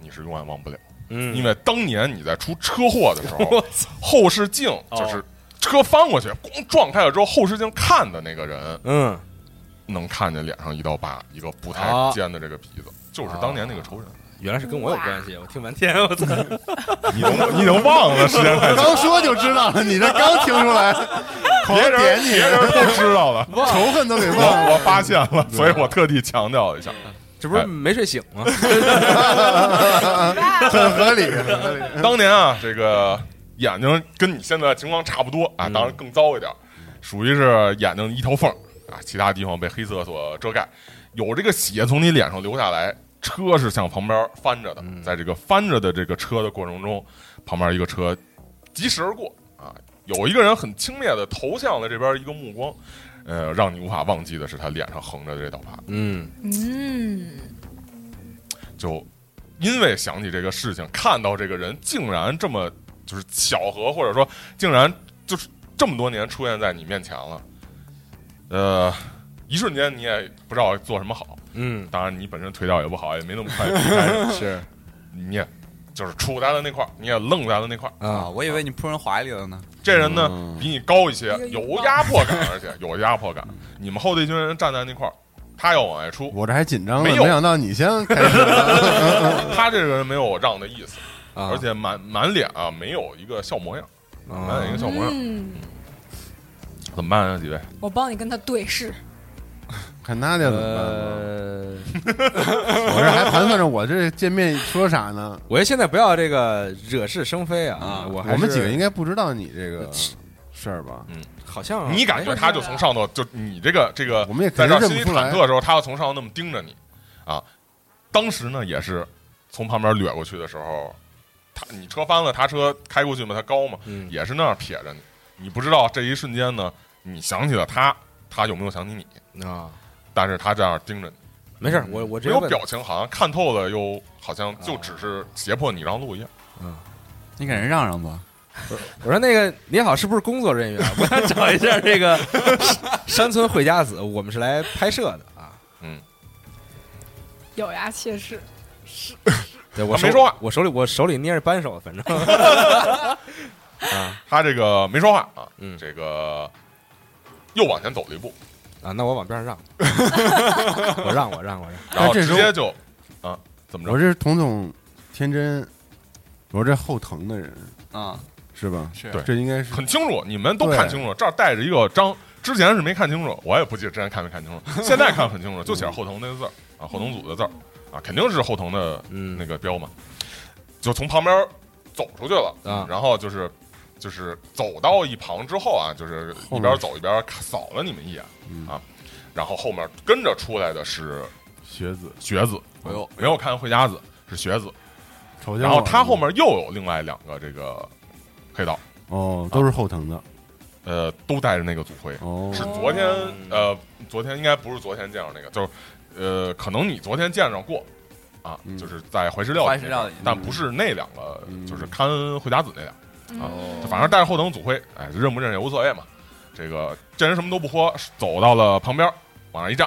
C: 你是永远忘不了，
G: 嗯，
C: 因为当年你在出车祸的时候
G: 我，操，哦
C: 后视镜就是车翻过去，咣撞开了之后，后视镜看的那个人
G: 嗯，能
C: 能看见脸上一道疤，一个不太
G: 啊
C: 尖的这个鼻子，就是当年那个仇人，
G: 原来是跟我有关系，我听半天，我操，
C: 你能你能忘了时间 太久，
H: 刚说就知道了，你这刚听出来，狂
C: 别人
H: 点你
C: 别，人都知道了。
H: 仇恨都给忘 了。
C: 我我发现了，所以我特地强调一下。
G: 这不是
C: 哎
G: 没睡醒吗？
H: 很合理，很合理。
C: 当年啊，这个眼睛跟你现在情况差不多啊，
G: 嗯
C: 当然更糟一点，属于是眼睛一条缝儿啊，其他地方被黑色所遮盖，有这个血从你脸上流下来。车是向旁边翻着的，在这个翻着的这个车的过程中，旁边一个车疾驶而过啊，有一个人很轻蔑的投向了这边一个目光，呃，让你无法忘记的是他脸上横着的这道疤。
G: 嗯，
D: 嗯，
C: 就因为想起这个事情，看到这个人竟然这么就是巧合，或者说竟然就是这么多年出现在你面前了，呃，一瞬间你也不知道做什么好。
G: 嗯，
C: 当然，你本身腿脚也不好，也没那么快离 开，
G: 是
C: 你也就是杵在了那块儿，你也愣在了那块儿。
F: 啊，
G: 啊，
F: 我以为你扑人怀里了呢。
C: 这人呢，
H: 嗯
C: 比你高一些
D: 一个，
C: 有
D: 拥抱
C: 压迫感，而且有压迫感。你们后头一群人站在那块儿，他要往外 出，
H: 我这还紧张呢，
C: 没
H: 没
C: 有
H: 想到你先开始了。
C: 他这个人没有让的意思，
G: 啊
C: 而且满满脸啊没有一个笑模样，满哎脸
G: 啊
C: 一个笑模样。
D: 嗯，
C: 怎么办啊，几位？
D: 我帮你跟他对视，
H: 看他家怎么办吧？
G: 呃，
H: 我这还盘算着我这见面说啥呢？
G: 我觉得现在不要这个惹是生非啊
F: 啊，
G: 我还
H: 我们
G: 是嗯
H: 几个应该不知道你这个事儿吧？
G: 好像啊
C: 你感觉他就从上头，就你这个这个，
H: 我们也
C: 在
H: 肯定
C: 这儿
H: 认
C: 心
H: 不
C: 里
H: 出来
C: 忐忑。的时候，他要从上头那么盯着你啊。当时呢，也是从旁边掠过去的时候，他你车翻了，他车开过去嘛，他高嘛，
G: 嗯
C: 也是那样瞥着你。你不知道这一瞬间呢，你想起了他，他有没有想起你？
G: 啊，
C: 但是他这样盯着你，
G: 没事儿，我我直
C: 嗯没
G: 接
C: 有
G: 问
C: 表情，好像看透了，又好像就只是胁迫你让路一样。
F: 你给人让让吧。
G: 我说那个你好，是不是工作人员？我想找一下这个山村惠家子，我们是来拍摄的啊。
D: 咬牙切齿。
G: 对我
C: 他没
G: 手
C: 说话
G: 我手里我手里捏着扳手，反正啊
C: 他这个没说话啊，
G: 嗯
C: 这个又往前走了一步，
G: 啊，那我往边上让，我让我让我让，
C: 然后
H: 这
C: 直
H: 时候
C: 接就啊，怎么着
H: 我？这彤彤天真，我这后藤的人
F: 嗯，
H: 是吧？
F: 是
C: 对
H: 这应该是
C: 很清楚，你们都看清楚，这儿带着一个章，之前是没看清楚，我也不记得之前看没看清楚，现在看很清楚，就写着后藤那个字儿啊，后藤组的字儿啊，肯定是后藤的那
G: 嗯
C: 个标嘛，就从旁边走出去了，
G: 啊
C: 然后就是就是走到一旁之后啊，就是一边走一边看扫了你们一眼
H: 嗯
C: 啊，然后后面跟着出来的是
H: 学子，
C: 学子，
F: 哎呦
C: 没有看惠家子是学子，
H: 瞅见
C: 然
H: 我
C: 后
H: 了
C: 他后面又有另外两个这个黑道，
H: 哦，都是后藤的
C: 呃，都带着那个组徽。嗯
H: 哦，
C: 是昨天，呃，昨天应该不是昨天见着那个，就是，呃，可能你昨天见着过，啊，
H: 嗯
C: 就是在怀石料理那边，
F: 怀石料理
C: 但不是那两个，
H: 嗯
C: 就是看惠家子那俩，
G: 啊
D: 嗯
C: 反正带着后藤组徽，哎，认不认也无所谓嘛。这个这人什么都不说，走到了旁边，往那一站，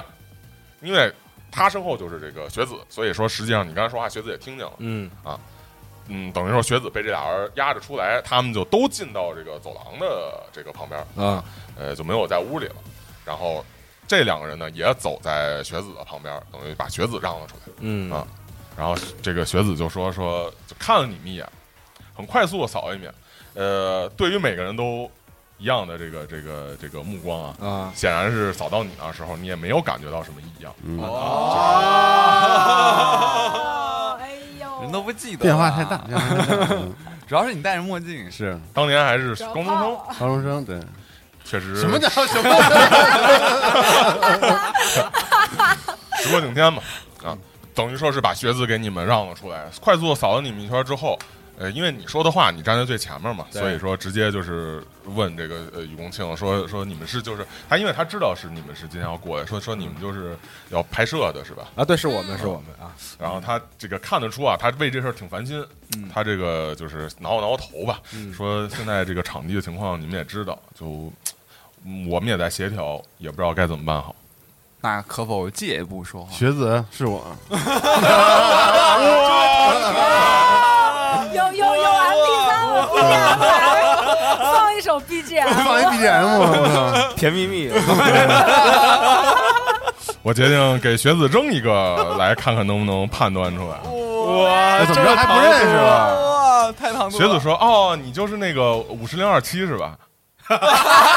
C: 因为他身后就是这个学子，所以说实际上你刚才说话，学子也听见了，
G: 嗯
C: 嗯，等于说学子被这俩人压着出来，他们就都进到这个走廊的这个旁边，
G: 啊
C: 呃，就没有在屋里了。然后这两个人呢，也走在学子的旁边，等于把学子让了出来。
G: 嗯
C: 啊然后这个学子就说说，就看了你们一眼，很快速的扫了一眼。呃，对于每个人都一样的这个这个这个目光啊，
G: 啊，
C: 显然是扫到你那时候，你也没有感觉到什么异
H: 嗯
G: 啊
C: 样。
D: 哦，哎呦，
F: 人都不记得
H: 变化
F: 了
H: 太大，，变化太大嗯
F: 主要是你戴着墨镜，
H: 是
C: 当年还是高中生，
D: 炮
H: 高中生对
C: 确实
H: 什么叫什么？
C: 时过境迁嘛，啊，等于说是把学子给你们让了出来，快速地扫了你们一圈之后，呃，因为你说的话你站在最前面嘛，
G: 对
C: 所以说直接就是问这个呃宇公庆说说你们是就是他，因为他知道是你们是今天要过来，说说你们就是要拍摄的是吧？
G: 啊，对，是我们，是我们啊，
C: 然后他这个看得出啊，他为这事儿挺烦心，他这个就是挠挠头吧，说现在这个场地的情况你们也知道，就嗯我们也在协调，也不知道该怎么办好。
F: 那可否借一步说话？
H: 学子是我，
D: 有有有 MP 三了，BGM 来了放一首 BGM，
H: 放一 BGM，我
G: 甜蜜蜜，
C: 我决定给学子扔一个，来看看能不能判断出来。
H: 操！哎怎么着还不认识吧？
C: 啊
F: 哇，太唐突
C: 学
F: 了！
C: 子说：“哦，你就是那个五十零二七是吧？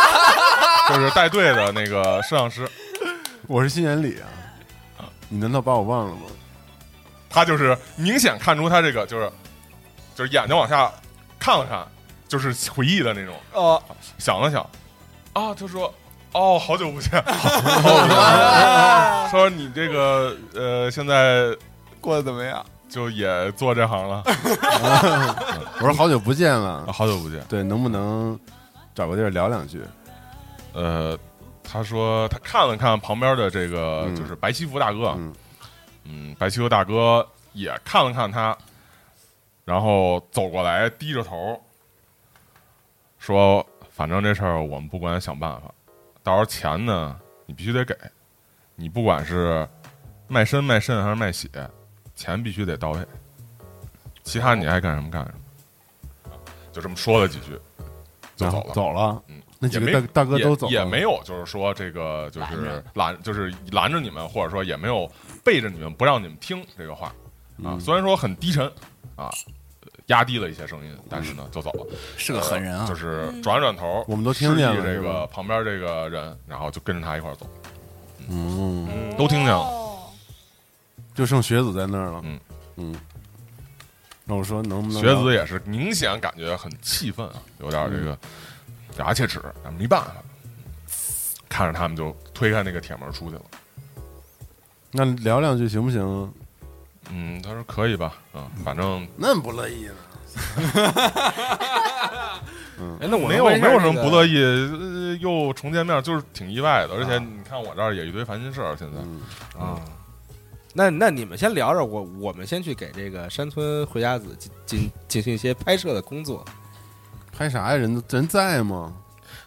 C: 就是带队的那个摄像师，
H: 我是新人里啊，你难道把我忘了吗？
C: 他就是明显看出他这个就是就是眼睛往下看了看，就是回忆的那种。
G: 哦，
C: 想了想，啊，他说。”哦，好久不见！ 好久不见说你这个呃，现在
F: 过得怎么样？
C: 就也做这行了，
H: 我说好久不见
C: 啊
H: 了，
C: 好久不见。
H: 对，能不能找个地儿聊两句？
C: 呃，他说他看了看旁边的这个
H: 嗯
C: 就是白西服大哥，啊
H: 嗯
C: 嗯白西服大哥也看了看他，然后走过来低着头说：“反正这事儿我们不管想办法，到时候钱呢你必须得给，你不管是卖身卖肾还是卖血，钱必须得到位，其他你爱干什么干什么。”就这么说了几句，就
H: 然
C: 走
H: 后
C: 了。
H: 嗯走
C: 嗯
H: 了，那几
C: 也
H: 个
C: 没
H: 大大哥
C: 也
H: 都走了，
C: 也没有就是说这个就是拦就是拦着你们，或者说也没有背着你们不让你们听这个话
H: 嗯
C: 啊。虽然说很低沉啊，呃压低了一些声音，但是呢就走了，
F: 是个狠人啊！
C: 就是转了转头，
H: 我们都听见了
C: 示意这
H: 是
C: 个
H: 吧
C: 旁边这个人，然后就跟着他一块儿走，
H: 嗯，
C: 都听见了。
D: 哦
H: 就剩学子在那儿了。
C: 嗯
H: 嗯，那我说能不能
C: 学
H: 聊
C: 子也是明显感觉很气愤啊，有点这个
H: 嗯
C: 咬牙切齿，但没办法，看着他们就推开那个铁门出去了。
H: 那聊两句行不行？
C: 嗯，他说可以吧，嗯，反正
H: 那么不乐意呢？
G: 哎那我
C: 没有没有什么不乐意，呃又重见面就是挺意外的，而且你看我这儿也一堆烦心事儿，现在
H: 嗯，
G: 啊。那那你们先聊着，我我们先去给这个山村回家子进进进行一些拍摄的工作。
H: 拍啥呀？人人在吗？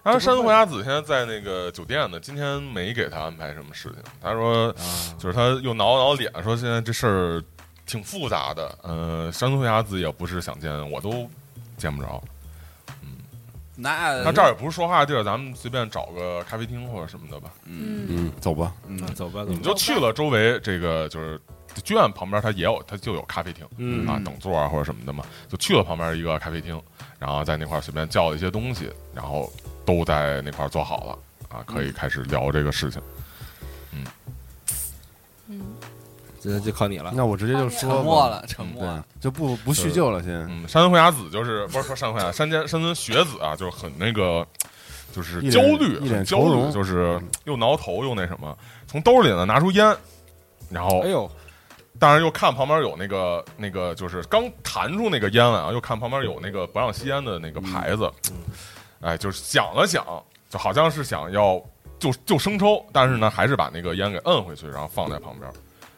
C: 他说山村回家子现在在那个酒店呢，今天没给他安排什么事情。他说，
G: 啊
C: 就是他又挠了挠脸，说现在这事儿挺复杂的。呃，山村回家子也不是想见我都见不着，嗯
F: 那
C: 他这儿也不是说话的地儿，咱们随便找个咖啡厅或者什么的吧。
F: 嗯，
D: 嗯，
H: 嗯，走吧。
F: 嗯
G: 嗯，走吧，走
C: 你们
G: 吧。
C: 就去了周围这个就是剧院旁边，它也有它就有咖啡厅，
G: 嗯
C: 啊等座啊或者什么的嘛，就去了旁边一个咖啡厅，然后在那块儿随便叫了一些东西，然后都在那块儿做好了啊，可
H: 嗯
C: 以开始聊这个事情。
D: 嗯，
G: 这就靠你了。
H: 那我直接就
F: 沉
H: 说吧
F: 默，了，沉默
H: 对
F: 了。，
H: 就不不叙旧了，先
C: 嗯，山村惠雅子就是不是不是山村惠雅，山间山村学子啊，就是很那个。就是
H: 一脸
C: 焦虑，
H: 一脸
C: 很焦
H: 愁
C: 虑，
H: 容嗯
C: 就是又挠头又那什么，从兜里呢拿出烟，然后
G: 哎呦，
C: 当然又看旁边有那个那个，就是刚弹出那个烟来啊，又看旁边有那个不让吸烟的那个牌子，哎，就是想了想，就好像是想要就就生抽，但是呢，还是把那个烟给摁回去，然后放在旁边，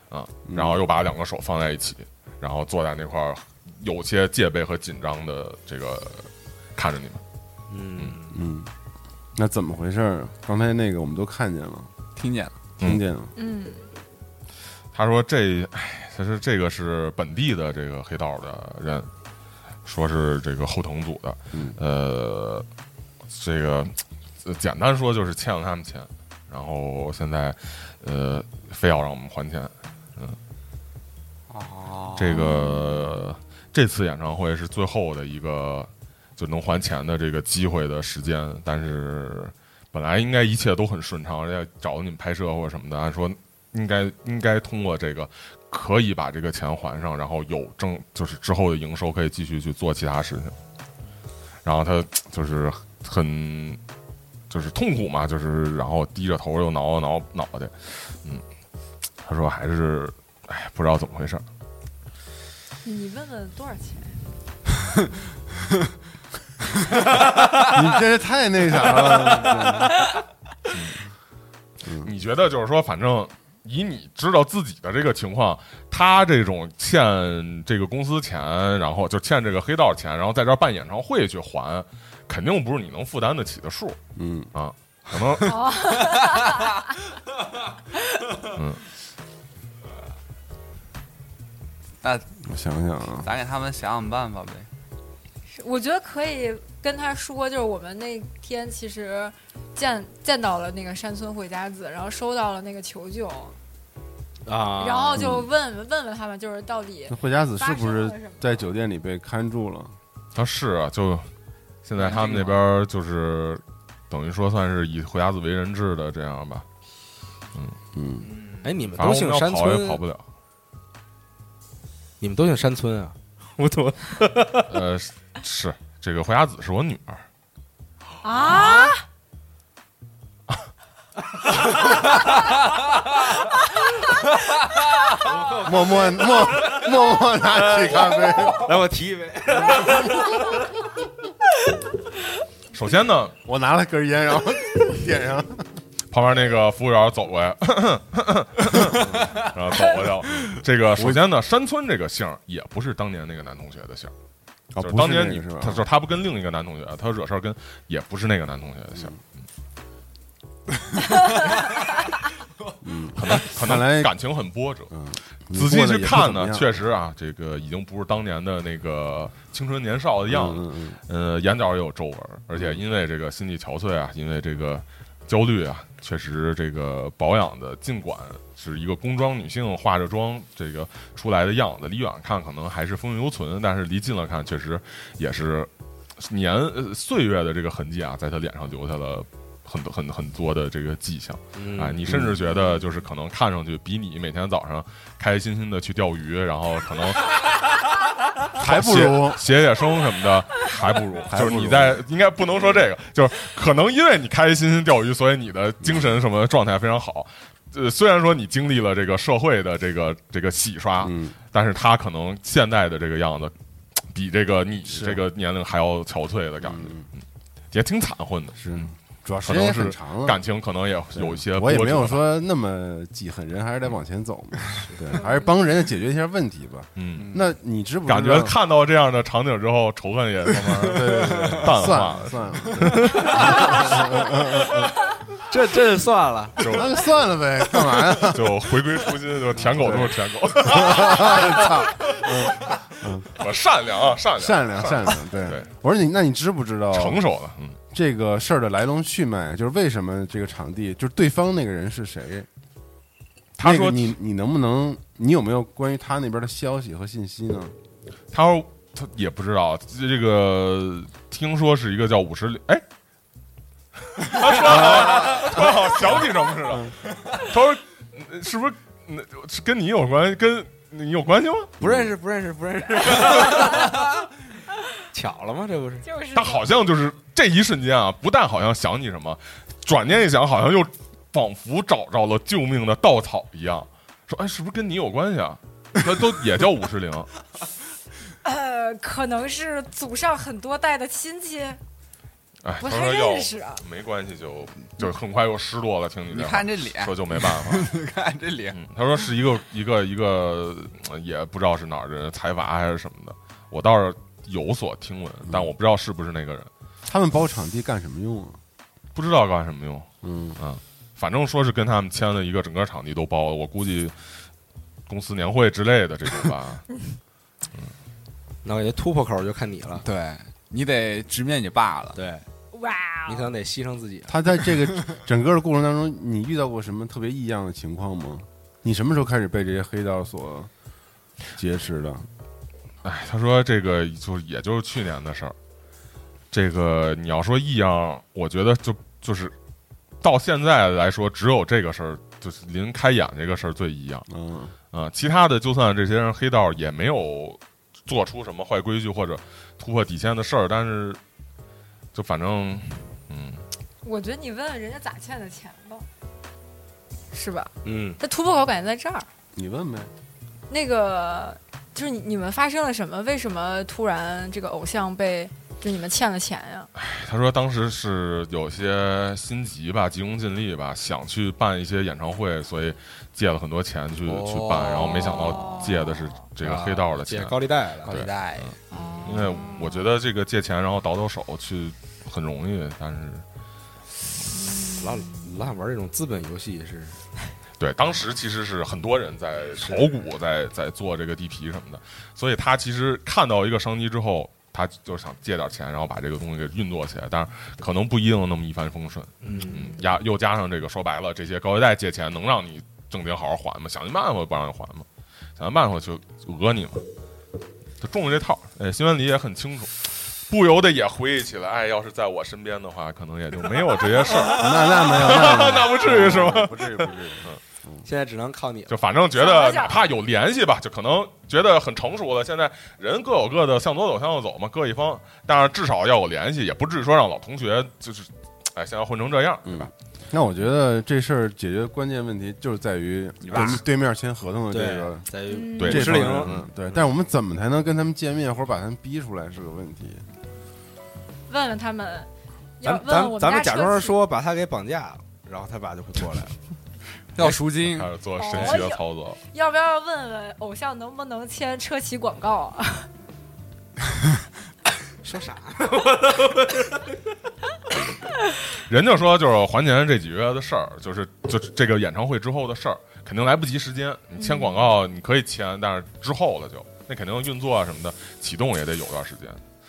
C: 啊，
H: 嗯
C: 然后又把两个手放在一起，然后坐在那块儿，有些戒备和紧张的这个看着你们，
G: 嗯，
H: 嗯，那怎么回事儿？刚才那个我们都看见了，
F: 听见了，
C: 嗯
H: 听见了。
D: 嗯，
C: 他说这，哎，他说这个是本地的这个黑道的人，说是这个后藤组的，
H: 嗯
C: 呃，这个呃简单说就是欠了他们钱，然后现在呃非要让我们还钱。
F: 哦，
C: 这个这次演唱会是最后的一个，就能还钱的这个机会的时间，但是本来应该一切都很顺畅，人家找你们拍摄或者什么的，按说应该应该通过这个可以把这个钱还上，然后有挣就是之后的营收可以继续去做其他事情。然后他就是很就是痛苦嘛，就是然后低着头又挠了啊挠脑袋，嗯，他说还是哎不知道怎么回事儿，
D: 你问问多少钱？
H: 你这是太那啥了。
C: 你觉得就是说，反正以你知道自己的这个情况，他这种欠这个公司钱，然后就欠这个黑道钱，然后在这儿办演唱会去还，肯定不是你能负担得起的数
H: 嗯，
C: 啊。可能
D: 哦，
F: 那
H: 我想想啊，
F: 咱给他们想想办法呗。
D: 我觉得可以跟他说，就是我们那天其实见见到了那个山村惠佳子，然后收到了那个求救，
C: 嗯
G: 啊，
D: 然后就问问问他们，就是到底
H: 那惠家子是不
D: 发生了
H: 是
D: 什么
H: 在酒店里被看住了？
C: 他是啊，就现在他们那边儿就是等于说算是以回家子为人质的这样吧，
H: 嗯，
G: 哎，你们
C: 反
G: 都
C: 正
G: 姓
C: 我们要
G: 山
C: 跑也跑
G: 村，
C: 不了。
G: 你们都姓山村啊？我我
C: 呃，是是这个回家子是我女儿，
D: 啊，
H: 默默默默默拿起咖啡，
G: 来，我提一杯。
C: 首先呢，
H: 我拿了根烟，然后点上。
C: 旁边那个服务员走过来， 然后走过去了。这个首先呢，山村这个姓儿也不是当年那个男同学的姓儿，
H: 啊，
C: 就是
H: 不
C: 当
H: 是那
C: 年
H: 个
C: 你
H: 是吧
C: 他？就是他不跟另一个男同学，他惹事儿跟也不是那个男同学的姓儿。
H: 嗯，
C: 可能可
H: 看来嗯
C: 能感情很波折。
H: 你
C: 仔细
H: 过得
C: 去
H: 也不
C: 看
H: 怎么
C: 呢，
H: 样
C: 确实啊，这个已经不是当年的那个青春年少的样子。
H: 嗯嗯
C: 呃，眼角也有皱纹，而且因为这个心力憔悴啊，因为这个焦虑啊，确实这个保养的，尽管是一个工装女性化着妆这个出来的样子，离远看可能还是风韵犹存，但是离近了看，确实也是年呃岁月的这个痕迹啊，在她脸上留下了。很多很很多的这个迹象啊、哎，你甚至觉得就是可能看上去比你每天早上开开心心的去钓鱼，然后可能
H: 嗯还不如
C: 写写生什么的，还不如。
H: 还
C: 就
H: 不如
C: 是你在应该不能说这个，就是可能因为你开开心心钓鱼，所以你的精神什么状态非常好。呃，虽然说你经历了这个社会的这个这个洗刷，
H: 嗯，
C: 但是他可能现在的这个样子，比这个你
H: 是
C: 这个年龄还要憔悴的感觉，
H: 嗯
C: 也挺惨混的。
H: 是，主要时
C: 可
H: 间
C: 能
H: 也
C: 是
H: 很长了。
C: 感情可能也有一些
H: 嗯我也
C: 波
H: 没
C: 折
H: 有
C: 吧，
H: 说那么记恨，人还是得往前走嘛，对，还是帮人家解决一下问题吧。
C: 嗯，
H: 那你知不知道
C: 感觉看到这样的场景之后，仇恨也慢慢
H: 对对对对
C: 淡
H: 算
C: 化
H: 了算了，
G: 这这算了，
C: 就
H: 那就算了呗，干嘛呀？
C: 就回归初心，就舔狗就是舔狗。我善良啊，善良，
H: 善良善良， 对
C: 对。
H: 我说你，那你知不知道
C: 成熟了，嗯，
H: 这个事儿的来龙去脉？就是为什么这个场地，就是对方那个人是谁？
C: 他
H: 那个
C: 说
H: 你你能不能，你有没有关于他那边的消息和信息呢？
C: 他说他也不知道这个，听说是一个叫五十里，哎，他说好，突然好像想起什么似的，他说嗯是不是嗯是跟你有关，跟你有关系吗？
G: 不认识，不认识，不认识。 巧了吗？这不是
D: 就是
C: 他好像就是这一瞬间啊，不但好像想起什么，转念一想，好像又仿佛找着了救命的稻草一样，说：“哎，是不是跟你有关系啊？”那都也叫五十铃，
D: 呃，可能是祖上很多代的亲戚，
C: 哎，
D: 不
C: 他
D: 太
C: 说要
D: 认识啊。
C: 没关系就就很快又失落了。听你这
F: 你
C: 样
F: 看这脸，
C: 说就没办法。
F: 你看这脸，
C: 嗯，他说是一个一个一个呃也不知道是哪儿的人，财阀还是什么的，我倒是有所听闻，但我不知道是不是那个人，
H: 他们包场地干什么用啊？
C: 不知道干什么用。
H: 嗯，
C: 反正说是跟他们签了一个整个场地都包了，我估计公司年会之类的这种吧。
G: 那我觉得突破口就看你了。
F: 对你得直面你爸了。
G: 对
D: 哇
G: 你可
D: 哦，
G: 能得牺牲自己。啊
H: 他在这 个整个的过程当中，你遇到过什么特别异样的情况吗？你什么时候开始被这些黑道所劫持的？
C: 哎，他说这个就是也就是去年的事儿，这个你要说异样，我觉得就就是到现在来说，只有这个事儿，就是临开演这个事儿最异样
H: 嗯，
C: 啊、其他的就算这些人黑道也没有做出什么坏规矩或者突破底线的事儿，但是就反正嗯，
D: 我觉得你问问人家咋欠的钱吧，是吧？
B: 嗯，
D: 这突破口感觉在这儿。
H: 你问呗。
D: 那个就是你你们发生了什么？为什么突然这个偶像被就你们欠了钱呀、
C: 他说当时是有些心急吧，急功近利吧，想去办一些演唱会，所以借了很多钱去、去办，然后没想到借的是这个黑道
G: 啊
C: 的
G: 哦借
C: 钱，
G: 高利贷
F: 高
G: 了，嗯
F: 利贷
C: 嗯因为我觉得这个借钱然后倒倒手去很容易，但是
G: 老老想玩这种资本游戏是
C: 对当时其实是很多人在炒股，在在做这个地皮什么的，所以他其实看到一个商机之后。他就想借点钱，然后把这个东西给运作起来，但是可能不一定那么一帆风顺。
B: 嗯，
C: 嗯，压又加上这个，说白了，这些高利贷借钱能让你正经好好还吗？想尽办法不让你还吗？想尽办法去讹你嘛，就中了这套。呃，新闻里也很清楚，不由得也回忆起来，哎，要是在我身边的话，可能也就没有这些事儿。
H: 那那没有，那
C: 那不至于是吗？
H: 不至于，不至于。
G: 现在只能靠你了。
C: 就反正觉得哪怕有联系吧，就可能觉得很成熟了。现在人各有各的，向左走，向右走嘛，各一方。但是至少要有联系，也不至于说让老同学就是，哎，现在混成这样。
H: 那我觉得这事儿解决关键问题就是在于
F: 你爸
H: 对对面签合同的这个
G: 在于
D: 嗯
C: 对
H: 这
G: 知
H: 方
G: 灵
H: 面嗯对，但是我们怎么才能跟他们见面或者把他们逼出来是个问题。
D: 问问他们，要
G: 咱
D: 问问我
G: 咱咱
D: 们
G: 们
D: 家
G: 假
D: 车
G: 装
D: 企
G: 说把他给绑架了，然后他爸就会过来了。
F: 要赎金
C: 开，始做神奇的操作，
D: 要不要问问偶像能不能签车企广告啊？
G: 说啥？
C: 人家说就是还钱这几个月的事儿，就是就是这个演唱会之后的事儿，肯定来不及时间。你签广告你可以签，但是之后了就那肯定运作啊什么的，启动也得有段时间。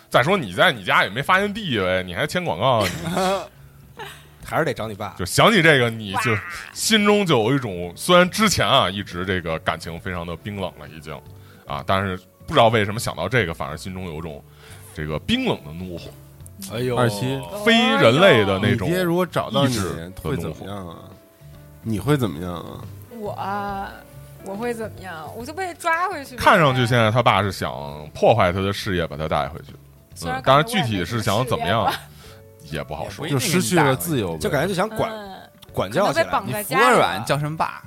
C: 再说你在你家也没发现地位，你还签广告，你
G: 还是得找你爸。
C: 就想起这个，你就心中就有一种虽然之前啊一直这个感情非常的冰冷了已经啊，但是不知道为什么想到这个，反而心中有一种这个冰冷的怒火，
G: 哎呦
H: 二七
C: 非人类
D: 哦
C: 的那
H: 你
C: 种
H: 爹如果找到
C: 意
H: 你
C: 志和
H: 会怎么样啊？你会怎么样啊？
D: 我啊我会怎么样？我就被抓回去呗。
C: 看上去现在他爸是想破坏他的事业，把他带回去。
D: 虽然
C: 嗯，
D: 可
C: 当
D: 能
C: 然
D: 我
C: 具
D: 也没
C: 体
D: 什
C: 是
D: 么
C: 想
D: 事
C: 怎么
D: 业
C: 样
D: 吧，
C: 也不好说。
H: 就失去了自由呗，
G: 就感觉就想管
D: 嗯，
G: 管
D: 可
G: 教
D: 能
G: 起
D: 被
G: 来，
D: 绑
F: 你
D: 在
F: 服
D: 家
F: 了
D: 里
F: 软
D: 了
F: 叫声爸，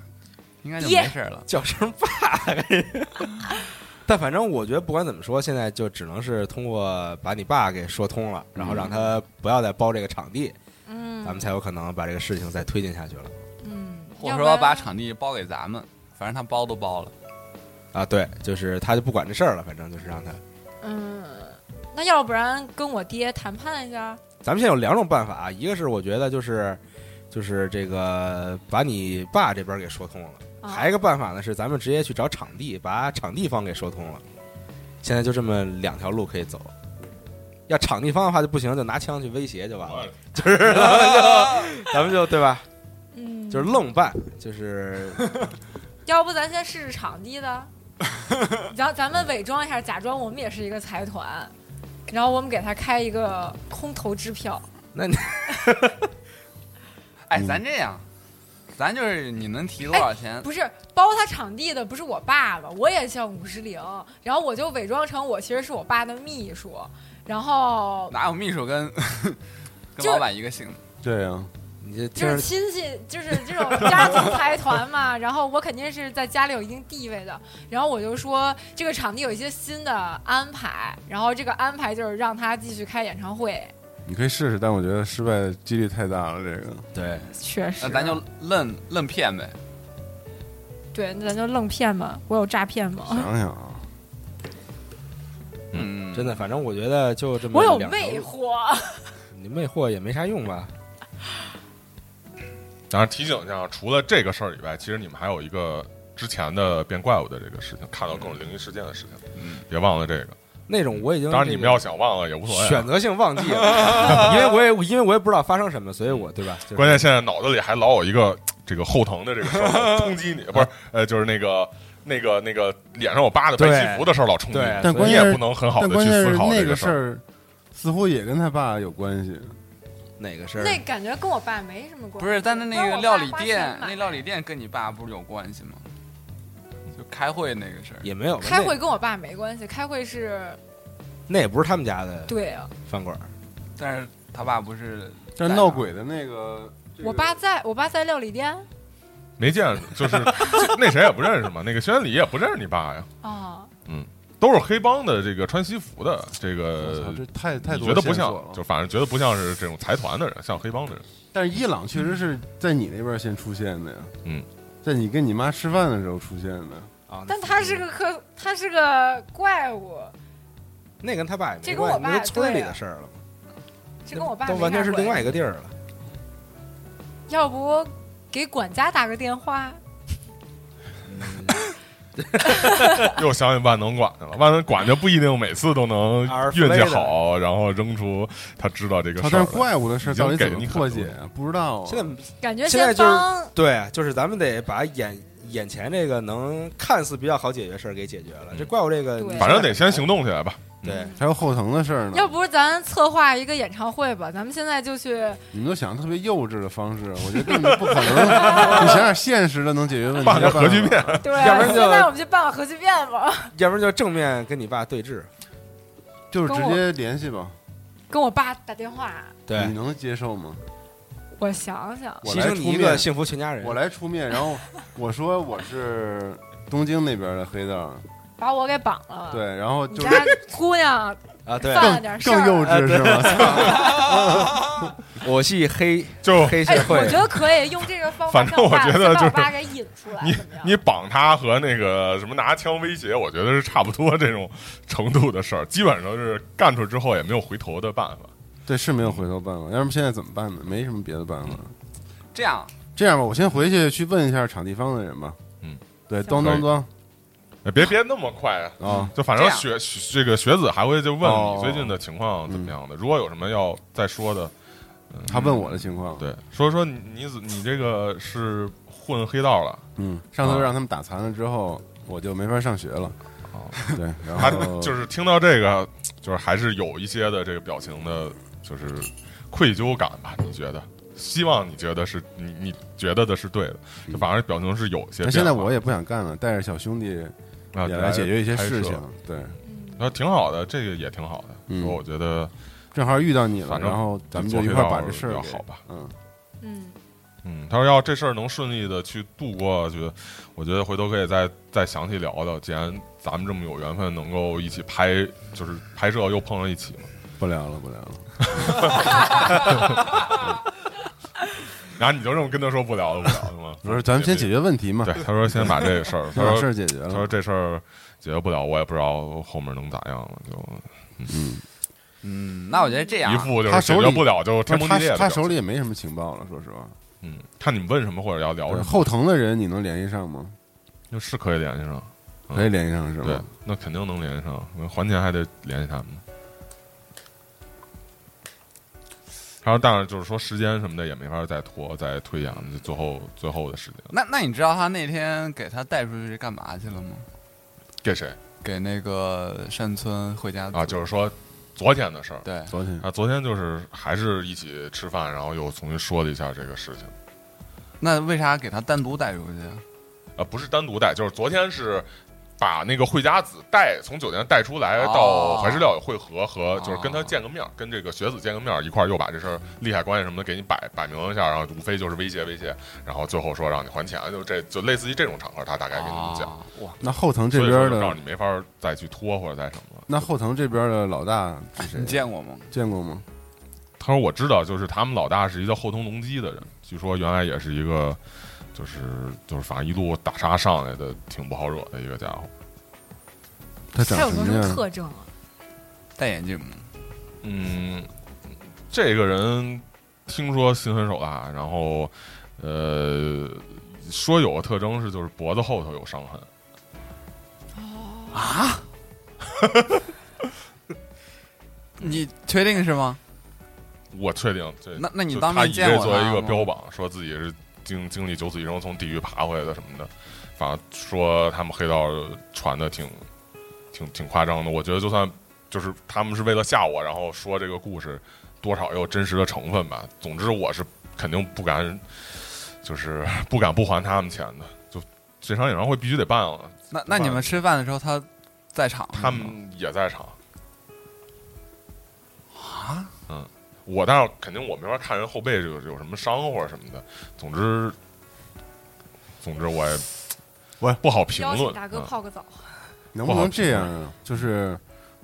F: 应该就
D: 爹
F: 没事了。
G: 叫声爸。 但反正我觉得不管怎么说，现在就只能是通过把你爸给说通了，然后让他不要再包这个场地，
D: 嗯，
G: 咱们才有可能把这个事情再推进下去了。
D: 嗯，
F: 或
D: 要
F: 者
D: 不
F: 说
D: 然
F: 把场地包给咱们，反正他包都包了。
G: 啊，对，就是他就不管这事儿了，反正就是让他。
D: 嗯，那要不然跟我爹谈判一下？
G: 咱们现在有两种办法，啊一个是我觉得就是就是这个把你爸这边给说通了，
D: 啊
G: 还有一个办法呢是咱们直接去找场地，把场地方给说通了。现在就这么两条路可以走，要场地方的话就不行，就拿枪去威胁就完
C: 哎
G: 了，就是 咱们就咱们就对吧？
D: 嗯，
G: 就是愣办，就是
D: 要不咱先试试场 地的，然后咱们伪装一下，假装我们也是一个财团，然后我们给他开一个空头支票。
G: 那你
F: 哎，咱这样，咱就是你能提多少钱？
D: 哎不是包他场地的，不是我爸爸，我也叫五十铃，然后我就伪装成我其实是我爸的秘书，然后
F: 哪有秘书跟 跟
D: 就
F: 老板一个姓？
H: 对呀、啊，
G: 你这
D: 就
G: 听
D: 是
G: 着
D: 亲戚，就是这种家族财团嘛。然后我肯定是在家里有一定地位的。然后我就说这个场地有一些新的安排，然后这个安排就是让他继续开演唱会。
H: 你可以试试，但我觉得失败的几率太大了。这个
G: 对，
D: 确
F: 那咱就愣愣骗呗。
D: 对，那咱就愣骗嘛。我有诈骗吗？
H: 想想啊，
F: 嗯，
G: 真的，反正我觉得就这么
D: 我有
G: 两条
D: 魅
G: 路，
D: 惑。
G: 你魅惑也没啥用吧？
C: 当然提醒一下，除了这个事儿以外，其实你们还有一个之前的变怪物的这个事情，看到各种灵异事件的事情，别忘了这个。
G: 那种我已经
C: 当然
G: 嗯
C: 你
G: 这
C: 们
G: 个
C: 要想忘了也无所谓
G: 选
C: 啊。
G: 择性忘记 了，因为我也因为我也不知道发生什么，所以
D: 嗯
G: 我对吧？就是
C: 关键现在脑子里还老有一个这个后疼的这个事 儿冲击你，不是呃，就是那个那个那个脸上有疤的白
G: 对
C: 西服的事儿老冲击
G: 对
C: 你，
H: 但
G: 所以
H: 关
C: 你
H: 键
C: 也
H: 是
C: 不能很好
H: 但
C: 的
H: 关
C: 去
H: 键
C: 思
H: 是
C: 考
H: 那
C: 这个
H: 事
C: 儿。
H: 儿，似乎也跟他爸有关系。
G: 哪个事儿？
D: 那感觉跟我爸没什么关系。
F: 不是，但是
D: 不
F: 那
D: 是我
F: 个
D: 爸
F: 料理
D: 花
F: 店
D: 钱，买
F: 那料理店跟你爸不是有关系吗？就开会那个事儿，
G: 也没有吧
D: 开会跟我爸没关系，开会是
G: 那，那也不是他们家的
D: 对啊。
G: 饭馆儿。
F: 但是他爸不是
H: 但是闹鬼的那个，这个
D: 我爸在我爸在料理店
C: 没见，就是 那谁也不认识嘛，那个宣礼也不认识你爸呀，
D: 啊，
C: 都是黑帮的，这个穿西服的，这
H: 我操
C: 个
H: 这太太
C: 你
H: 多
C: 觉得不
H: 线索
C: 像，
H: 了
C: 就反正觉得不像是这种财团的人，像黑帮的人。
H: 但是伊朗确实是在你那边先出现的呀，
C: 嗯，
H: 在你跟你妈吃饭的时候出现的，
G: 啊，
D: 但他是个科，他是个怪物，
G: 那跟他爸也
D: 这
G: 没
D: 跟
G: 关
D: 我
G: 系，那
D: 爸
G: 是村里
D: 对啊
G: 的事儿了，
D: 这跟我爸
G: 都
D: 没
G: 完全
D: 啥
G: 是另
D: 关
G: 外
D: 系
G: 一个地儿了。
D: 要不给管家打个电话？
C: 又想起万能管去了，万能管就不一定每次都 能
G: Our
C: 运气
G: Flavor
C: 好，然后扔出他知道这个
H: 操！
C: 事
H: 但
C: 儿
H: 是
C: 来。
H: 怪物的事儿
C: 已经
H: 到底
C: 给
H: 怎么
C: 你很
H: 破
C: 多
H: 解啊？不知道
D: 哦
H: 啊。
G: 现在
D: 感觉
G: 现在
D: 先
G: 就是
D: 帮
G: 对，啊就是咱们得把眼眼前这个能看似比较好解决事儿给解决了。这怪物这个
D: 对，
C: 反正得先行动起来吧。
H: 嗯
G: 对，
H: 还有后藤的事儿呢，
D: 要不咱策划一个演唱会吧？咱们现在就去，
H: 你们都想的特别幼稚的方式，我觉得根本不可能。 你想想现实的能解决问题，
C: 办个核聚变，
D: 对，
G: 要不然就
D: 现在我们去办个核聚变吧。
G: 要不然就正面跟你爸对峙。
H: 就是直接联系吧。
D: 跟我爸打电话，
H: 你，能接受吗？
D: 我想想，
H: 我
G: 嗯牺
H: 来
G: 牲
H: 出
G: 你一个
H: 面，
G: 幸福全家人。
H: 我来出面，然后我说我是东京那边的黑道，
D: 把我给绑了。，
H: 对，然后
D: 你
H: 就是
D: 家姑娘
G: 啊， 对，
D: 干了点事儿啊
H: 更幼稚是吧？
G: 我系黑
C: 就
G: 黑
D: 哎
G: 社，
D: 我
G: 会
D: 觉，得可以用这个方法，
C: 反正我觉
D: 把
C: 得就是
D: 我爸给引出来，
C: 你
D: 怎么样？
C: 你绑他和那个什么拿枪威胁，我觉得是差不多这种程度的事儿，基本上是干出之后也没有回头的办法。
H: 对，是没有回头办法，要不然现在怎么办呢？没什么别的办法。
F: 这样，
H: 这样吧，我先回去去问一下场地方的人吧。
C: 嗯，
H: 对，咚咚咚
C: 哎别别那么快啊！
H: 啊！
C: 就反正
F: 这样
C: 学学这个学子还会就问
H: 哦
C: 你最近的情况怎么样的，如果有什么要再说的，嗯
H: 他问我的情况，，
C: 对，说说你你怎你这个是混黑道了，
H: 嗯，上次
C: 啊
H: 让他们打残了之后，我就没法上学了。
C: 哦
H: 对，然
C: 他
H: 后
C: 就是听到这个，就是还是有一些的这个表情的，就是愧疚感吧？你觉得？希望你觉得是你你觉得的是对的，就反而表情是有一些变化。
H: 那现在我也不想干了，带着小兄弟
C: 啊
H: 也来解决一些事，
C: 拍
H: 情
C: 摄。
H: 对，
D: 嗯
C: 那挺好的，这个也挺好的。
H: 嗯
C: 说我觉得
H: 正好遇到你了，
C: 反正
H: 然后咱们就一块儿把这事
C: 做
H: 儿
C: 黑道比较好吧。
H: 嗯，
D: 嗯，
C: 嗯，他说要这事儿能顺利的去度过，觉得我觉得回头可以再再详细聊聊。既然咱们这么有缘分，能够一起拍，就是拍摄又碰到一起嘛。
H: 不聊了，不聊了。
C: 嗯然后你就这么跟他说不聊了，不聊了吗？
H: 不是，咱们先解
C: 决。
H: 决问题嘛
C: 对，，他说先把这个事儿，他
H: 先 把
C: 说
H: 事儿解决了。
C: 他说这事儿解决不了，我也不知道后面能咋样了，就
F: 嗯，那我觉得这样
C: 一，副就
H: 他
C: 是解
H: 手
C: 决
H: 里
C: 不了就天崩地
H: 他
C: 裂的
H: 他
C: 表情
H: 手里也没什么情报了，说实话。
C: 嗯，看你们问什么或者要聊
H: 对
C: 什么，
H: 后藤的人你能联系上吗？
C: 就是可以联系上，嗯
H: 可以联系上是
C: 对
H: 吗？，
C: 那肯定能联系上，还钱还得联系他们呢。然后，但是就是说时间什么的也没法再拖、再推延了，就最后最后的时间
F: 那那你知道他那天给他带出去干嘛去了吗？
C: 给谁
F: 给那个山村回家
C: 啊？就是说昨天的事儿
F: 对，
H: 昨天
C: 啊，昨天就是还是一起吃饭，然后又重新说了一下这个事情。
F: 那为啥给他单独带出去啊？
C: 呃，不是单独带，就是昨天是把那个惠家子带从酒店带出来
F: 哦
C: 到怀石料理会合和，就是跟他
F: 哦
C: 见个面儿，跟这个学子见个面儿，一块儿又把这事儿利害关系什么的给你摆摆明一下，然后无非就是威胁威胁，然后最后说让你还钱，就这就类似于这种场合，他大概跟你们讲，
F: 啊哇，
H: 那后藤这
C: 所以说
H: 边
C: 就让
H: 的
C: 你没法儿再去拖或者再什么了。
H: 那后藤这边的老大是谁？
F: 你见过吗？
H: 见过吗？
C: 他说我知道，就是他们老大是一个叫后藤隆基的人，据说原来也是一个。就是就是，反正一路打杀上来的，挺不好惹的一个家伙。
H: 他
D: 他
H: 长
D: 有
H: 什
D: 什
H: 么
D: 么
H: 样？
D: 特征啊？
F: 戴眼镜吗？
C: 嗯，这个人听说心狠手辣，然后呃，说有个特征是就是脖子后头有伤痕，嗯
F: 你确定是吗？
C: 我确定这。
F: 那那你
C: 就
F: 当
C: 他
F: 面
C: 以
F: 见
C: 这
F: 过
C: 作为一
F: 他
C: 个
F: 吗
C: 标榜，说自己是经经历九死一生从地狱爬回来的什么的，反正说他们黑道传的挺挺挺夸张的。我觉得就算就是他们是为了吓我，然后说这个故事多少也有真实的成分吧。总之我是肯定不敢，就是 不敢不还他们钱的。就这场演唱会必须得办啊了，
F: 那那你们吃饭的时候他在场吗？
C: 他们也在场。
F: 啊，
C: 嗯我但是肯定我没法看人后背有有什么伤或者什么的。总之，总之我也
H: 我
C: 不好评
D: 邀请
C: 论。嗯啊
D: 大哥泡个澡，
H: 能不能这样啊？就是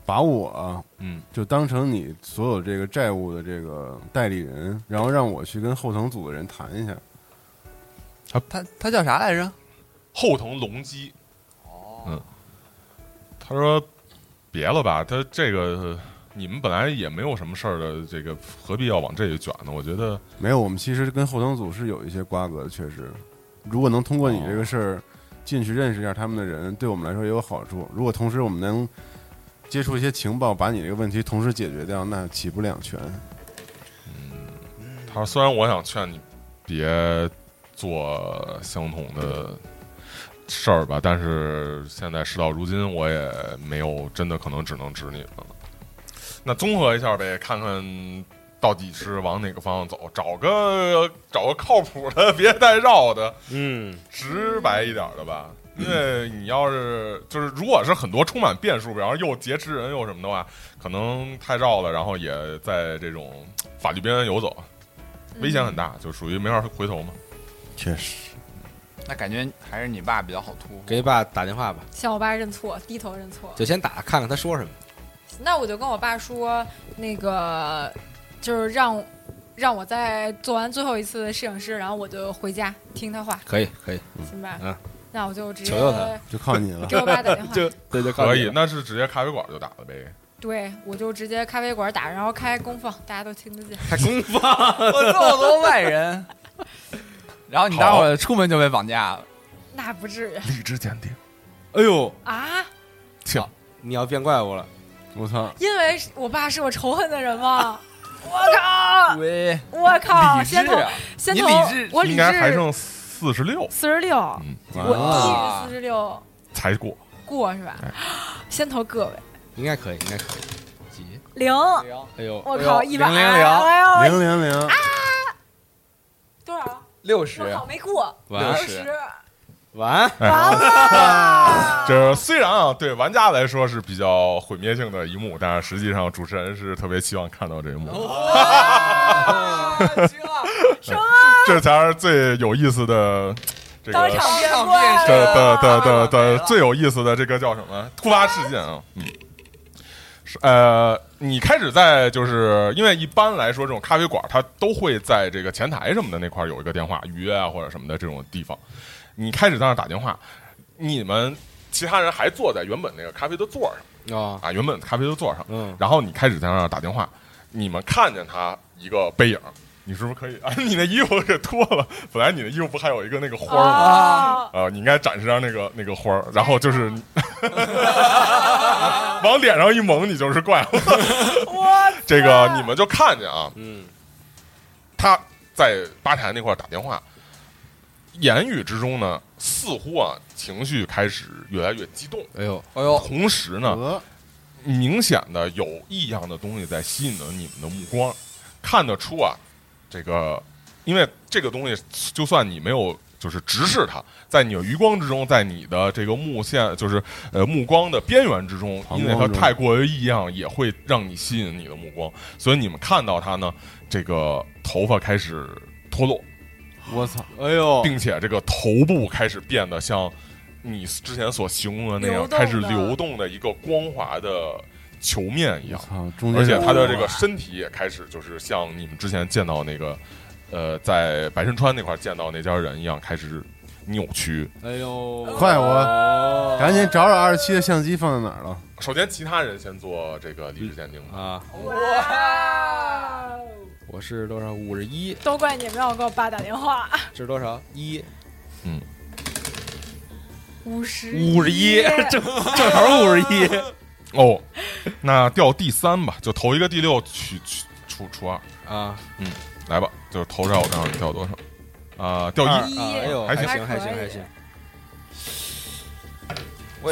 H: 把我
C: 嗯，
H: 就当成你所有这个债务的这个代理人，然后让我去跟后藤组的人谈一下。
F: 他他叫啥来着？
C: 后藤隆基。哦，嗯，他说别了吧，他这个你们本来也没有什么事儿的，这个何必要往这里卷呢？我觉得
H: 没有，我们其实跟后藤组是有一些瓜葛的，确实。如果能通过你这个事儿进去认识一下他们的人，对我们来说也有好处。如果同时我们能接触一些情报，把你这个问题同时解决掉，那岂不两全？
C: 他说虽然我想劝你别做相同的事儿吧，但是现在事到如今，我也没有真的可能只能指你们了。那综合一下呗，看看到底是往哪个方向走，找个找个靠谱的，别太绕的。
G: 嗯，
C: 直白一点的吧，因为你要是就是如果是很多充满变数，比方说又劫持人又什么的话，可能太绕了，然后也在这种法律边缘游走，危
D: 嗯
C: 险很大，就属于没法回头嘛。
H: 确实，
F: 那感觉还是你爸比较好突
G: 给爸打电话吧，
D: 向我爸认错，低头认错。
G: 就先打看看他说什么。
D: 那我就跟我爸说，那个就是让让我在做完最后一次摄影师，然后我就回家听他话，
G: 可以可以，
D: 行吧？
G: 嗯
D: 那我就直接
G: 求求他
H: 就靠你了
D: 给。我爸打电话，
G: 对就
C: 可以，那是直接咖啡馆就打了呗。
D: 对我就直接咖啡馆打，然后开公放，大家都听得见。
G: 开工坊。
F: 我这么多外人，然后你待会儿出门就被绑 架了。
D: 那不至于
C: 理智鉴定，
G: 哎呦，
D: 啊，
G: 你要变怪物了，
H: 我操！
D: 因为是我爸是我仇恨的人吗？ 我靠！
F: 喂，
D: 我靠！
F: 理智
D: 先从
F: 啊！
D: 先
F: 你
D: 从
F: 理智
D: 我理
C: 应该还
D: 智
C: 剩四十六，
D: 四十六，
C: 嗯，
D: 我
F: 啊
D: 地狱四十六
C: 才过。。
D: 过是吧？ 先投各位
G: 应该可以，应该可以。几？
D: 零，
G: 哎呦，
D: 我靠，
F: 哎呦
D: 一百
F: 零零零
D: 哎呦
H: 零零零，
D: 多少？
F: 六十
D: 我靠，没过，
G: 完
D: 六
F: 六
D: 十
F: 十，
G: 完，
D: 完了
C: 这虽然啊，对玩家来说是比较毁灭性的一幕，但是实际上主持人是特别希望看到这一幕，
F: 哇
C: 这才是最有意思的。这个
D: 当场变怪
C: 对对
D: 了，
C: 对对对，最有意思的这个叫什么？突发事件啊，嗯，是呃，你开始在就是因为一般来说这种咖啡馆它都会在这个前台什么的那块儿有一个电话预约啊或者什么的这种地方，你开始在那儿打电话，你们其他人还坐在原本那个咖啡的座儿上
G: 哦，
C: 啊，原本咖啡的座儿上，
G: 嗯，
C: 然后你开始在那儿打电话，你们看见他一个背影。你是不是可以？啊， 你的衣服给脱了，本来你的衣服不还有一个那个花儿吗？
D: 哦
C: 呃，你应该展示上那个那个花儿，然后就是 往脸上一蒙，你就是怪物。这个你们就看见啊，
G: 嗯，
C: 他在吧台那块儿打电话，言语之中呢，似乎啊情绪开始越来越激动，
G: 哎呦，
F: 哎呦，
C: 同时呢，
H: 得
C: 明显的有异样的东西在吸引着你们的目光，看得出啊，这个，因为这个东西，就算你没有就是直视它，在你的余光之中，在你的这个目线，就是呃目光的边缘之中，
H: 旁
C: 因为它
H: 光中
C: 太过于异样，也会让你吸引你的目光，所以你们看到它呢，这个头发开始脱落，
H: 我操！
G: 哎
D: 哦
G: 呦，
C: 并且这个头部开始变得像你之前所形容的那样
D: 流，动的
C: 开始流动的一个光滑的球面
H: 我
C: 一样。
H: 操！中间
C: 而且他的这个身体也开始就是像你们之前见到那个，呃，在白山川那块见到那家人一样，开始扭曲。
G: 哎呦，
H: 快我
G: 哦
H: 赶紧找找二十七的相机放在哪儿了。
C: 首先，其他人先做这个理智鉴定吧。
G: 啊！
D: 哇！
G: 我是多少？五十一，
D: 都怪你们让我给我爸打电话，
G: 这是多少？一，
D: 五十
G: 正正好五十一。
C: 哦，那掉第三吧，就头一个第六取取除除二，
G: 啊，
C: 来吧，就是头上我看看掉多少啊、掉
G: 二
C: 一，
D: 一
G: 啊哎呦，
C: 还
G: 行，
D: 行
G: 还
D: 还
G: 行，
D: 可以
G: 还行。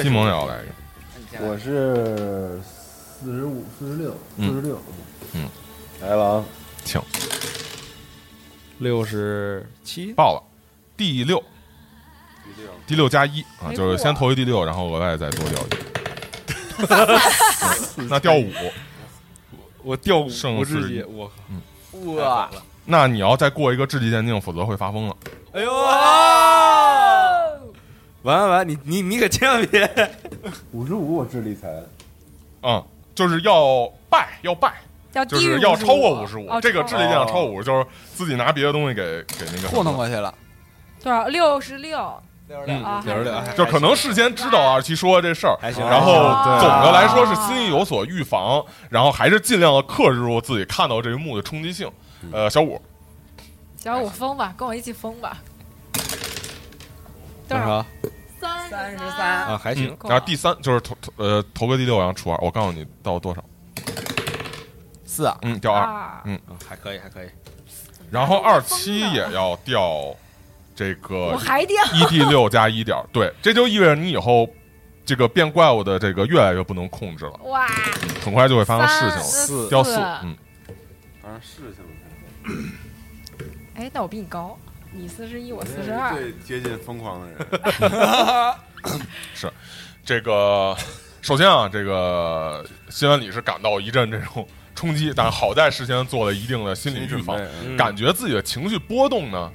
C: 西蒙也要来一个，
F: 你先来
I: 我是四十五、四十六、四
C: 嗯
I: 十六，
H: 来了啊，
G: 六十七，
C: 报了，第六，第六加一啊，
D: 没
C: 就是
D: 过
C: 先投一第六，然后额外再多掉一个， 那掉五，
G: 我掉五
C: 剩
G: 我自
C: 四
G: 己
C: 十一
G: 我
C: 嗯
F: 哇，
C: 那你要再过一个智力鉴定，否则会发疯了。
G: 哎呦，
D: 哦
G: 完完完，你你你可千万别，
H: 五十五我智力才，
C: 嗯，就是要败，要败，
D: 要
C: 就
D: 低于
C: 是要
D: 55
C: 超过五十五
D: 哦。
C: 这个智
D: 超
C: 力鉴定超五，就是自己拿别的东西给给那个
F: 糊弄过去了，
D: 多少？六十六，
G: 六十
C: 六
D: 啊
G: 六十嗯六，
C: 就可能事先知道二七说这事儿，
G: 还行，
C: 然后
D: 哦
C: 总的来说是
D: 啊
C: 心里有所预防，然后还是尽量的克制住自己看到这一幕的冲击性。
G: 嗯
C: 呃，小五
D: 小五疯吧，跟我一起疯吧。
G: 多少
D: 三
J: 33
G: 啊？哎还行
C: 嗯，然后第三就是投投呃投个第六，然后除二。我告诉你到多少，
F: 四啊，
C: 嗯，掉二。
D: 二
G: 嗯还可以还可以，
C: 然后二七也要掉这
D: 我
C: 个
D: 还掉，
C: 一 d 六加一点儿， 对，这就意味着你以后这个变怪物的这个越来越不能控制了，
D: 哇，
C: 很快就会发生事情了。
D: 三
G: 四
C: 掉四，嗯，
H: 反正事情
D: 哎，那我比你高，你四十一，我四十
H: 是
D: 二，
H: 最接近疯狂的人，
C: 这个 首先啊，这个新闻里是感到一阵这种冲击，但好在事先做了一定的心理预防，
H: 嗯
C: 感觉自己的情绪波动呢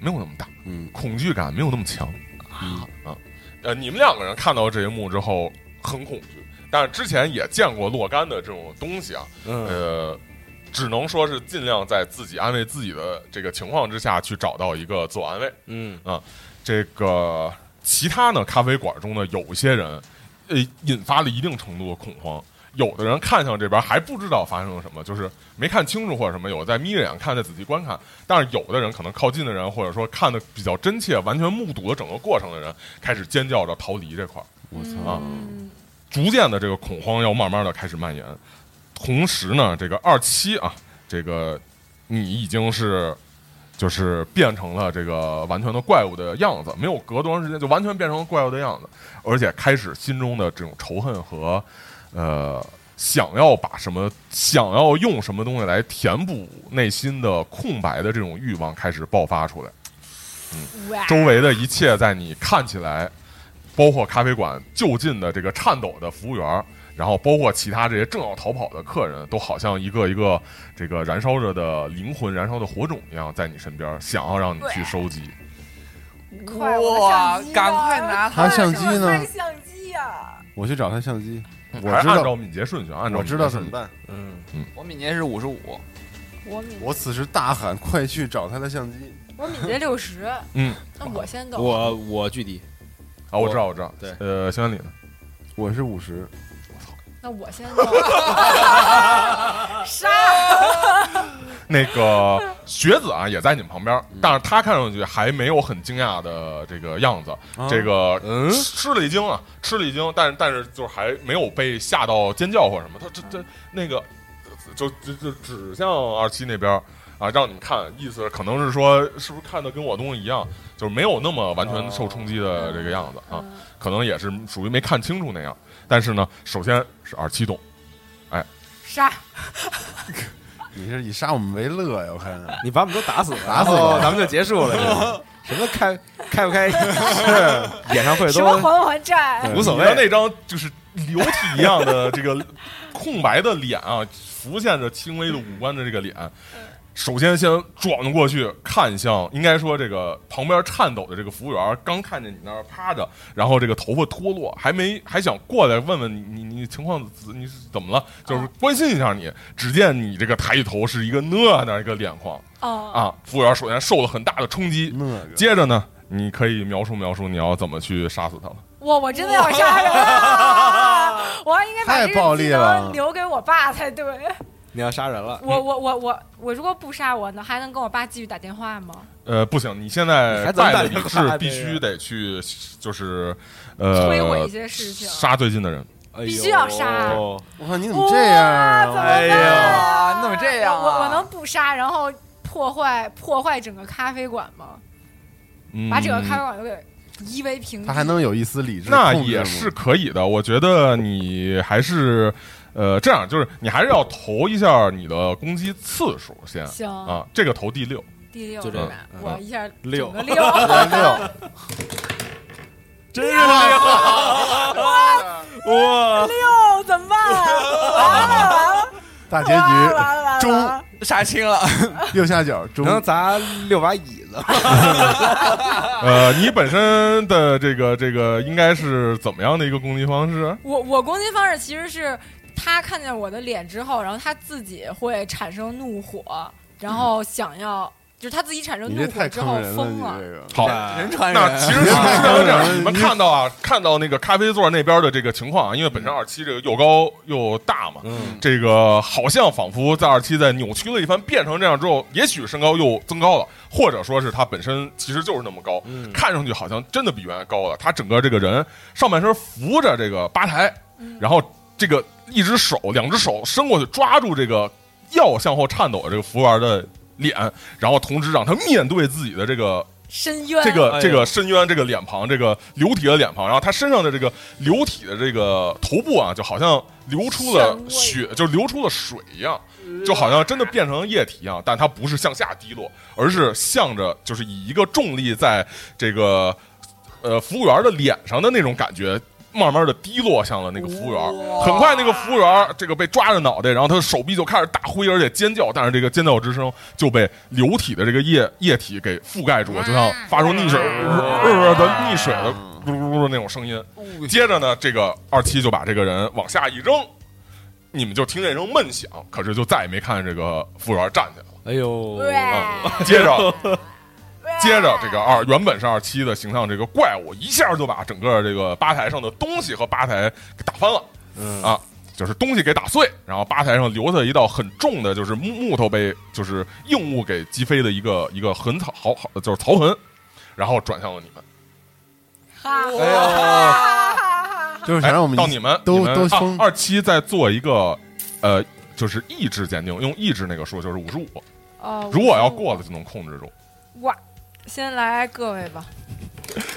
C: 没有那么大，
H: 嗯，
C: 恐惧感没有那么强。啊，呃，你们两个人看到这一幕之后很恐惧，但是之前也见过若干的这种东西啊，
G: 嗯，
C: 呃，只能说是尽量在自己安慰自己的这个情况之下去找到一个自我安慰。
G: 嗯，
C: 这个其他呢，咖啡馆中的有一些人，呃，引发了一定程度的恐慌。有的人看向这边还不知道发生了什么，就是没看清楚或者什么，有的在眯着眼看，在仔细观看。但是有的人可能靠近的人，或者说看的比较真切，完全目睹了整个过程的人，开始尖叫着逃离这块儿。
H: 我操，
D: 嗯，
C: 逐渐的这个恐慌要慢慢的开始蔓延。同时呢，这个二七啊，这个你已经是就是变成了这个完全的怪物的样子，没有隔多长时间就完全变成了怪物的样子，而且开始心中的这种仇恨和呃。想要把什么，想要用什么东西来填补内心的空白的这种欲望开始爆发出来。
D: 哇，
C: 周围的一切在你看起来，包括咖啡馆就近的这个颤抖的服务员，然后包括其他这些正要逃跑的客人，都好像一个一个这个燃烧着的灵魂、燃烧的火种一样，在你身边，想要让你去收集。
D: 快我的相机呢啊
F: 赶快拿它
H: 他相机呢？
J: 拍相机呀，
H: 我去找他相机，我
C: 嗯还
H: 知
C: 是按
H: 道
C: 照，敏捷顺序，啊按照
H: 我知道
C: 敏
H: 怎
C: 捷顺
H: 么
C: 序。
H: 办。
G: 嗯，
F: 我敏捷是五十五，
D: 我敏
H: 我此时大喊：“快去找他的相机
D: 我敏捷六十，
C: 嗯，
D: 那我先走，
G: 我我巨低，
C: 啊，我知道，我知道。
G: 对
C: 呃，肖经理呢？！”
H: 我是五十，
D: 那我先走，
C: 那个学子啊，也在你们旁边，但是他看上去还没有很惊讶的这个样子，这个
G: 嗯
C: 吃吃了一惊啊，吃了一惊，但是但是就是还没有被吓到尖叫或者什么，他这这那个就就就指向二七那边啊，让你们看，意思可能是说是不是看的跟我东西一样，就是没有那么完全受冲击的这个样子啊，
D: 嗯
C: 可能也是属于没看清楚那样，但是呢，首先是二七懂，
D: 杀，
H: 你是以杀我们为乐呀？我看
G: 你把我们都打死了，
H: 打死
G: 然后
H: 我
G: 咱们就结束了，这什么 开开不开是演唱会
J: 什么
G: 都
J: 还还债？
G: 无所
C: 嗯你的
G: 谓，
C: 那张就是流体一样的这个空白的脸啊，浮现着轻微的五官的这个脸。 首先先转了过去，看向应该说这个旁边颤抖的这个服务员，刚看见你那儿趴着，然后这个头发脱落，还没还想过来问问你你你情况怎你是怎么了，就是关心一下你。只见你这个抬起头是一个啊那样的一个脸庞
D: 哦，
C: 啊，服务员首先受了很大的冲击，
H: 那个
C: 接着呢，你可以描述描述你要怎么去杀死他了。
D: 我我真的要杀人 了，我应该把
H: 太
D: 这
H: 暴
D: 个
H: 力
D: 技
H: 了
D: 能留给我爸才 对。
G: 你要杀人了，
D: 我我我我我如果不杀我呢，还能跟我爸继续打电话吗？
C: 呃，不行，你现
G: 你
C: 在
G: 还怎么
C: 败
G: 打
C: 的理
G: 电话
C: 智
G: 这
C: 必
G: 个
C: 须得去，就是呃，
D: 摧毁一些事情
C: 杀最近的人。
G: 哎呦哦
D: 必须要杀
H: 我看你怎么这样
D: 哇
H: 啊？
G: 哎呀，
F: 啊，你怎么这样啊？
D: 我我能不杀，然后破坏破坏整个咖啡馆吗？
C: 嗯，
D: 把整个咖啡馆都给夷为平 地。
H: 他还能有一丝理智？
C: 那
H: 控制
C: 也
H: 吗
C: 是可以的。我觉得你还是呃，这样就是你还是要投一下你的攻击次数先
D: 行
C: 啊，这个投第六，
D: 第六
G: 就这
D: 是
G: 样
D: 吧
G: 嗯
D: 我一下整
G: 六
D: 个六，
E: 六，
G: 真是哇哇！
J: 六怎么 办啊？完了完了
H: 大 结
J: 完了
H: 局
J: 完了！
H: 中
F: 杀青了，
H: 右下角中，
G: 能砸六把椅子吗？
C: 呃，你本身的这个这个应该是怎么样的一个攻击方式？
D: 我我攻击方式其实是他看见我的脸之后，然后他自己会产生怒火，
C: 嗯
D: 然后想要就是他自己产生
H: 你
D: 怒
H: 这
D: 火
H: 太
D: 之
H: 坑
D: 后
H: 人了，
D: 疯
H: 你
D: 了。
H: 这个
C: 好，
G: 啊
F: 人传
C: 那其
F: 人。
C: 实是 这
H: 哎
C: 样，你们
H: 你
C: 看到啊，看到那个咖啡座那边的这个情况啊，因为本身二七这个又高又大嘛，
G: 嗯
C: 这个好像仿佛在二七在扭曲了一番，变成这样之后，也许身高又增高了，或者说是他本身其实就是那么高，
G: 嗯
C: 看上去好像真的比原来高了。他整个这个人上半身扶着这个吧台，然后这个一只手、两只手伸过去抓住这个要向后颤抖的这个福娃的脸，然后同时让他面对自己的这个
D: 深渊。
C: 这
G: 哎
C: 个
G: 呦
C: 这个深渊，这个脸庞，这个流体的脸庞，然后他身上的这个流体的这个头部啊，就好像流出了血，就流出了水一样，就好像真的变成液体一样，但它不是向下滴落，而是向着就是以一个重力在这个呃服务员的脸上的那种感觉。慢慢的滴落向了那个服务员，很快那个服务员这个被抓着脑袋，然后他的手臂就开始打挥，而且尖叫，但是这个尖叫之声就被流体的这个液液体给覆盖住了，就像发出溺水、呃的溺水的咕噜咕噜那种声音。接着呢，这个二七就把这个人往下一扔，你们就听见一声闷响，可是就再也没看见这个服务员站起来了。
G: 哎 呦，
C: 啊接着， 接着这个二原本是二七的形象，这个怪物一下就把整个这个吧台上的东西和吧台给打翻了，
G: 嗯
C: 啊，就是东西给打碎，然后吧台上留下一道很重的，就是木木头被就是硬物给击飞的一个一个痕草好好就是槽痕，然后转向了你们，
D: 哈
G: 哎呦，
H: 就是想让我们
C: 哎到你们
H: 都
C: 你们
H: 都
C: 啊
H: 疯
C: 二七在做一个呃就是意志鉴定，用意志那个数就是五十五，
D: 哦，
C: 如果要过了就能控制住
D: 哇，先来各位吧。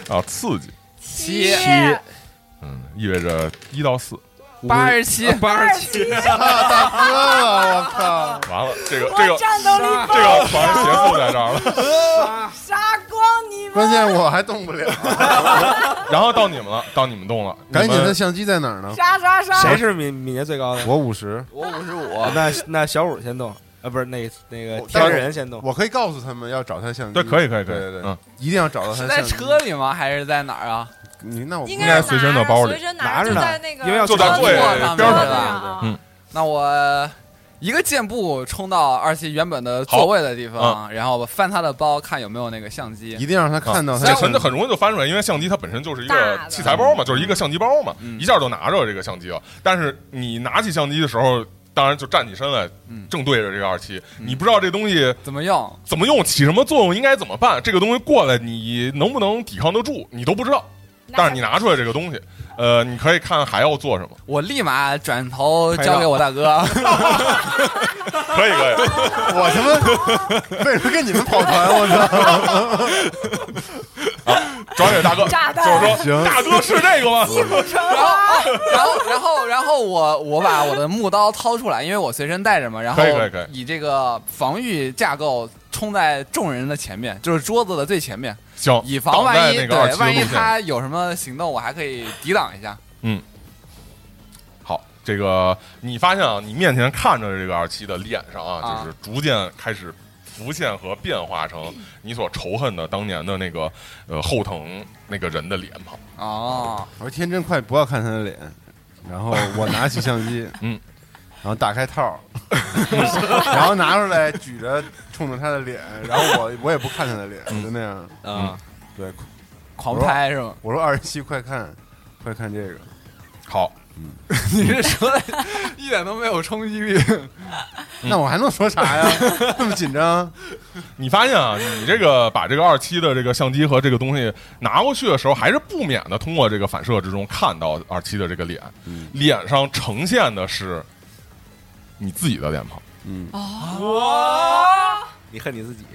C: 啊，刺激。
F: 七
C: 嗯，意味着一到四，
F: 八十七，
G: 八十七，
H: 哥了，啊我靠！
C: 完了，这个这
J: 我
C: 个
J: 战斗力
C: 这个反正结束在这儿了，
J: 杀光你们！
H: 关键我还动不了，
C: 然后到你们了，到你们动了，
H: 赶紧
C: 你
H: 的
C: 们
H: 相机在哪儿呢？
J: 杀杀杀！
G: 谁是敏敏捷最高的？
H: 我五十，
F: 我五十五，
G: 那那小五先动啊，不是那个那个
H: 我
G: 挑人先动，
H: 哦我可以告诉他们要找他相机。
C: 哎对，可以可以可以，
H: 对对对
C: 嗯，
H: 一定要找到他
F: 是
H: 的
F: 在
H: 相机。
F: 车里吗？还是在哪儿啊？
H: 你那我不
D: 应
C: 应该
D: 该
C: 随身的包里
D: 随身
G: 拿
D: 拿
G: 着
D: 就
G: 呢
D: 在那个
G: 因为要
C: 就在座位边
D: 桌
C: 上
D: 子上啊
C: 嗯
F: 那我一个箭步冲到二七原本的座位的地
C: 好
F: 方，然后我翻他的包，看有没有那个相机。
H: 一定让他看到他
C: 这
H: 的
C: 很
H: 相机。
C: 很容易啊就翻出来，因为相机它本身就是一个
D: 大的
C: 器材包嘛，就是一个相机包嘛，
F: 嗯
C: 一下就拿着这个相机了。但是你拿起相机的时候，当然就站起身来
F: 嗯，
C: 正对着这个二七，
H: 嗯
C: 你不知道这东西
F: 怎么用？
C: 怎么用，起什么作用，应该怎么办，这个东西过来你能不能抵抗得住，你都不知道。但是你拿出来这个东西，呃，你可以看还要做什么，
F: 我立马转头
G: 拍照
F: 交给我大哥。
C: 可以可以。
H: 我他妈为什么跟你们跑团？我操！
C: 转给大哥，
J: 炸弹
F: 哎
C: 就是说
H: 行
C: 大哥是这 个吗？
F: 然后，然后，然后，然后我我把我的木刀掏出来，因为我随身带着嘛。然后
C: 可以可以可以
F: 以这个防御架构冲在众人的前面，就是桌子的最前面，
C: 行，
F: 以防
C: 哦挡在
F: 万一
C: 那
F: 对
C: 个二七的
F: 万
C: 路
F: 一
C: 线。
F: 他有什么行动，我还可以抵挡一下。
C: 好，这个你发现啊，你面前看着这个二七的脸上啊，
F: 啊
C: 就是逐渐开始浮现和变化成你所仇恨的当年的那个呃后藤那个人的脸庞。
F: 哦，
H: 我说天真快不要看他的脸，然后我拿起相机，
C: 嗯，
H: 然后打开套儿， 然后拿出来举着冲着他的脸，然后我我也不看他的脸，
C: 嗯
H: 就那样。
G: 啊，
H: 对，
F: 狂拍是吗？
H: 我说二十七，快看，快看这个，
C: 好，
F: 你是说的 一点都没有冲 击力？
C: 嗯
H: 那我还能说啥呀？ 那么紧张，
C: 你发现啊，你这个把这个二七的这个相机和这个东西拿过去的时候，还是不免的通过这个反射之中看到二七的这个脸，
F: 嗯
C: 脸上呈现的是你自己的脸庞。
G: 你恨你自己，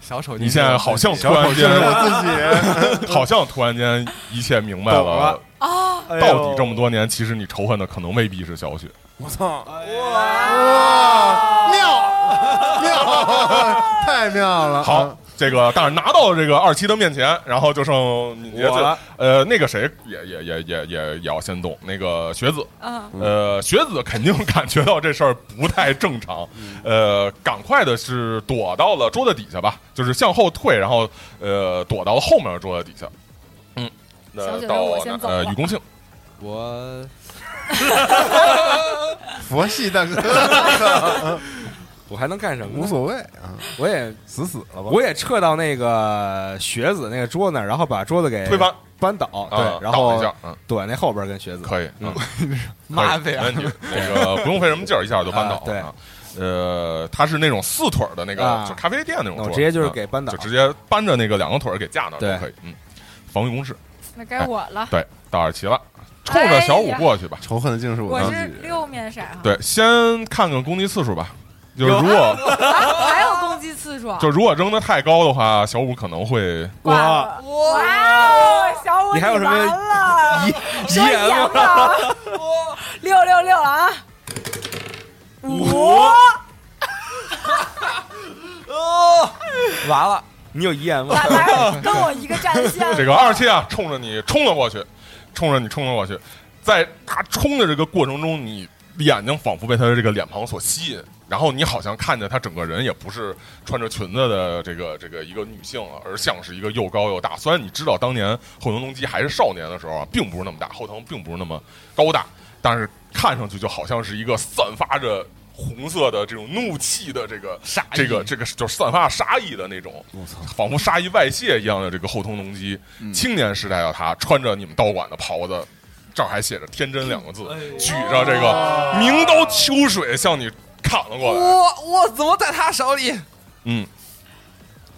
F: 小
G: 哦
F: 丑精灵，
C: 你现在好像突
H: 这是
C: 然间，
H: 我自己。
C: 好像突然间一切明白
G: 懂了
C: 了，
D: 哦，
G: 哎呦
C: 到底这么多年，其实你仇恨的可能未必是小雪。
H: 我操！
E: 哇，妙妙，太妙
G: 啊
E: 了！
C: 好，，这个但是拿到这个二七的面前，然后就剩你
G: 我了。
C: 呃，那个谁也也也也也也要先动，那个学子，
D: 嗯，
C: 呃，学子肯定 感觉到这事儿不太正常，
G: 嗯
C: 呃，赶快的是躲到了桌子底下吧，就是向后退，然后呃躲到了后面的桌子底下。嗯，
D: 小
C: 那
D: 雪说
C: 到
D: 我先走
C: 呃
D: 了
C: 于公庆，
G: 我
E: 佛系大哥
G: 我还能干什么呢？
H: 无所谓啊，
G: 我也
H: 死死了吧。
G: 我也撤到那个学子那个桌子那儿，然后把桌子给
C: 推翻，
G: 扳倒，
C: 啊
G: 对，然
C: 倒一
G: 后
C: 下，嗯，
G: 躲那后边跟学子。
C: 可以，嗯
G: 嗯，
F: 妈
C: 可以
F: 的呀
C: 没问题，那个不用费什么劲儿，一下就扳倒
G: 啊对
C: 啊呃，它是那种四腿儿的那个，
G: 啊
C: 就咖啡店那种
G: 那
C: 桌
G: 我
C: 子，
G: 直接就是
C: 嗯
G: 给扳倒
C: 就。直接搬着那个两个腿儿给架那儿
G: 对
C: 就可以。嗯，防御工事，
D: 那该我了。
C: 对，到二七了，冲着小五过去吧。
H: 仇恨的竟是我
D: 我
H: 自
D: 是
H: 己。
D: 六面骰哈，
C: 对，先看看攻击次数吧。就是如 果
D: 啊，还有攻击次数啊，
C: 就如果扔的太高的话，小五可能会
J: 挂
G: 哇，
J: 了哇哦，小五
G: 你还有什么
J: 完了，
G: 遗遗
J: 说
G: 言
J: 言
G: 吗？
J: 了，六六六了啊，五，
G: 完了，你有遗言吗？
J: 来来，跟我一个战线，
C: 这个二七啊，冲着你冲了过去，冲着你冲了过去，在他冲的这个过程中，你眼睛仿佛被他的这个脸庞所吸引，然后你好像看见他整个人也不是穿着裙子的这个这个一个女性了，而像是一个又高又大。虽然你知道当年后藤隆基还是少年的时候啊，并不是那么大，后藤并不是那么高大，但是看上去就好像是一个散发着。红色的这种怒气的这个
F: 杀意
C: 这个这个就是散发杀意的那种，
H: 我操！
C: 仿佛杀意外泄一样的这个后藤隆基，
G: 嗯
C: 青年时代的他穿着你们道馆的袍子，这儿还写着“天真”两个字，
G: 哎
C: 举着这个名刀秋水向你砍了过
G: 哦
C: 来。
F: 我我怎么在他手里？
C: 嗯，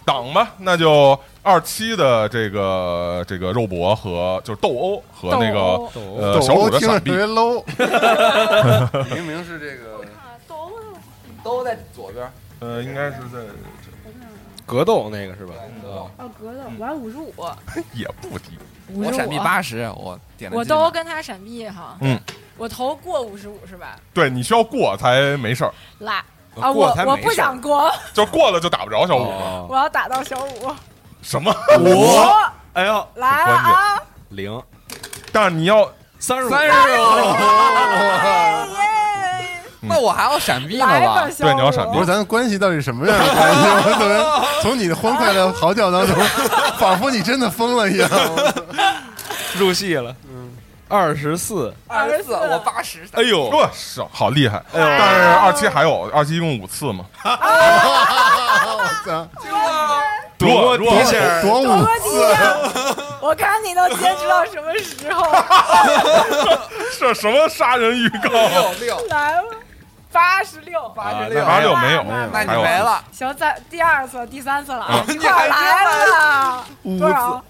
C: 挡吧，那就二七的这个这个肉搏和就是斗殴和那个
G: 斗殴
C: 呃小五的
E: 听着特
C: 闪避，
E: 别 low，
H: 明明是这个，
F: 都在左边。
C: 呃，应该是在
G: 格斗那个是吧？
D: 哦，格斗，我还五十五，
C: 也不低，
D: 五十五，
F: 我闪避八十，我点了
D: 我
F: 技能
D: 都跟他闪避哈，
C: 嗯，
D: 我头过五十五是吧？
C: 对你需要过才没事儿，
D: 来
G: 过
D: 啊，我
G: 才
D: 我
G: 没
D: 不
G: 事儿
D: 想过，
C: 就过了就打不着小五了。
G: 哦，
J: 我要打到小五，
C: 什么？
J: 五
G: 哎呦，
J: 来了啊，
G: 零
C: 但是你要
G: 三十五，
F: 三十五，
J: 耶耶，
F: 那我还要闪 避呢
J: 来
F: 吧
J: 吧，？小五，
C: 对你要闪避
H: 不是咱们关系到底什么样的关系？我怎 么从你的欢快的嚎叫当中，仿佛你真的疯了一样？
G: 入戏了，嗯，二十四，
J: 二十
F: 十
J: 四
F: 四，我八十，
G: 哎呦，
C: 我少，好厉害！哎
J: 哎
C: 但是二期还有二期一共五次嘛？
H: 我操！
G: 多
C: 如
G: 多
C: 果如果
G: 提醒
H: 多
J: 我
H: 五
J: 天，我看你能坚持到什么时候，
C: 这什么杀人预告？
F: 六六，
J: 来吧，八十六，哎八
F: 十
G: 六
C: 啊八六没有，
F: 那你
C: 还有啊
F: 没了。
J: 行，再第二次、第三次了啊！
F: 嗯
J: 快来了，多少？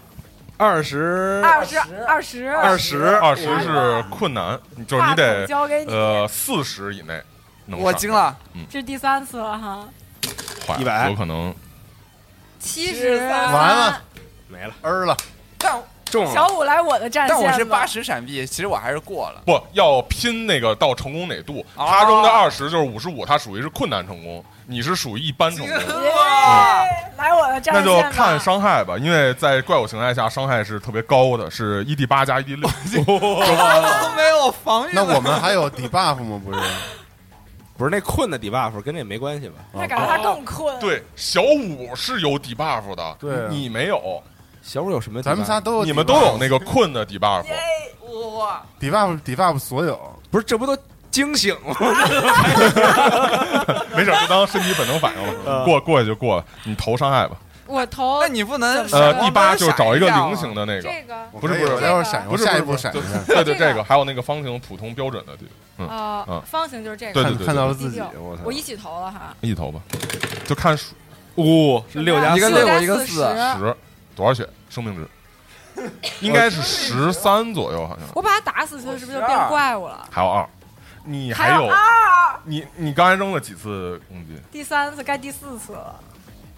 G: 二十
J: 二十，二十，
G: 二十
C: 二十是困难，就是你
J: 大
C: 得
J: 桶交给你
C: 呃四十以内能
F: 我
C: 上
F: 惊了，
J: 这第三次了哈。
C: 快
G: 100
C: 有可能
D: 七十
E: 完了，
G: 没了，
E: 儿了，
F: 但
G: 中
J: 小
G: 了，
J: 五来我的战线
F: 但
J: 了，
F: 我是八十闪避，其实我还是过了。
C: 不要拼那个到成功哪度。
F: 哦
C: 他扔的二十就是五十五，他属于是困难成功，你是属于一般成功。
J: 耶，来我的
C: 那
J: 战线
C: 就
J: 吧
C: 看伤害吧，因为在怪物形态下伤害是特别高的，是一 d 八加一 d 六。
F: 都没有防御
H: 那
F: 了，
H: 我们还有 debuff 吗？不是，
G: 不是那困的 debuff 跟这没关系吧？
J: 那感觉他更困。，
C: 对，小五是有 debuff 的，
H: 对啊
C: 你没有，
G: 小五有什么 debuff？
H: 咱们仨都有，
C: 你们都有那个困的 debuff。
H: 啊
F: 哇，
H: debuff debuff 所有，
G: 不是这不都惊醒
J: 哦
G: 了？
C: 没事，就当身体本能反 应了，过过去就过了。你投伤害吧，
D: 我头
F: 那你不能
D: 是
C: 呃
D: 我，
C: 一八就是找一个零型
F: 的，
C: 的那个，
D: 这个
C: 不是不是
H: 我待会儿闪一下，
C: 不是
H: 哦下一
C: 不
H: 步
C: 是
H: 闪
C: 不
H: 一
C: 是
H: 下，
C: 对对，
D: 这个
C: 这个还有那个方形普通标准的，对，嗯，
D: 啊
C: 嗯，
D: 方形就是这
C: 对
D: 个，
C: 对
H: 看
C: 对，
H: 看到
C: 对
H: 了自己，
D: 对
H: 我操
D: 我！一起投了哈，
C: 一头吧，就看数
G: 五六加
F: 一个
G: 四
F: 六一个
D: 四
F: 四
J: 啊
D: 加40
C: 十多少血，生 命值，应该是十三左右，好像
D: 我把他打死去了，是不是就
F: 我12
D: 变怪物了？
C: 还有二，你还
J: 还有
C: 有你你刚才扔了几次攻击？
J: 第三次该第四次了，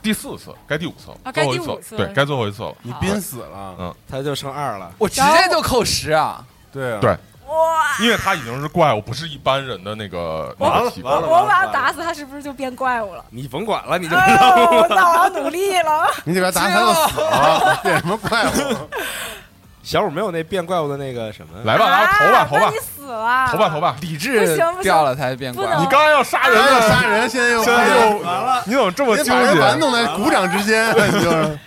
C: 第四次，该第五次了，
D: 啊
C: 最
D: 该
C: 后
D: 第
C: 一
D: 五
C: 次
D: 次
C: 了，对该最后一次了。
H: 你濒死了，
G: 他就剩二了。
F: 我直接就扣十啊！
H: 对啊，
C: 对
J: 哇！
C: 因为他已经是怪物，不是一般人的那个
J: 完了
C: 那个体格
G: 完了
J: 我把他打死，他是不是就变怪物了？
G: 你甭管了，你就
J: 哎呦，那我要努力 了。
H: 你得把他打死要死
C: 啊
H: 了，变什么怪物？
G: 小五没有那变怪物的那个什么
C: 来吧，来吧，投吧，投
J: 啊那
C: 吧
J: 你，死了！
C: 投吧，投！吧。
F: 理
J: 不
F: 智
J: 行不行
F: 掉了才变
J: 不
F: 怪
J: 能
F: 物
C: 你。刚刚要杀人
H: 刚要
C: 了，
H: 杀人，现在又
C: 现在又
H: 啊完了，
C: 你怎么这么
H: 你
C: 纠
H: 把人玩
C: 结？
H: 弄在鼓掌之 间，你就是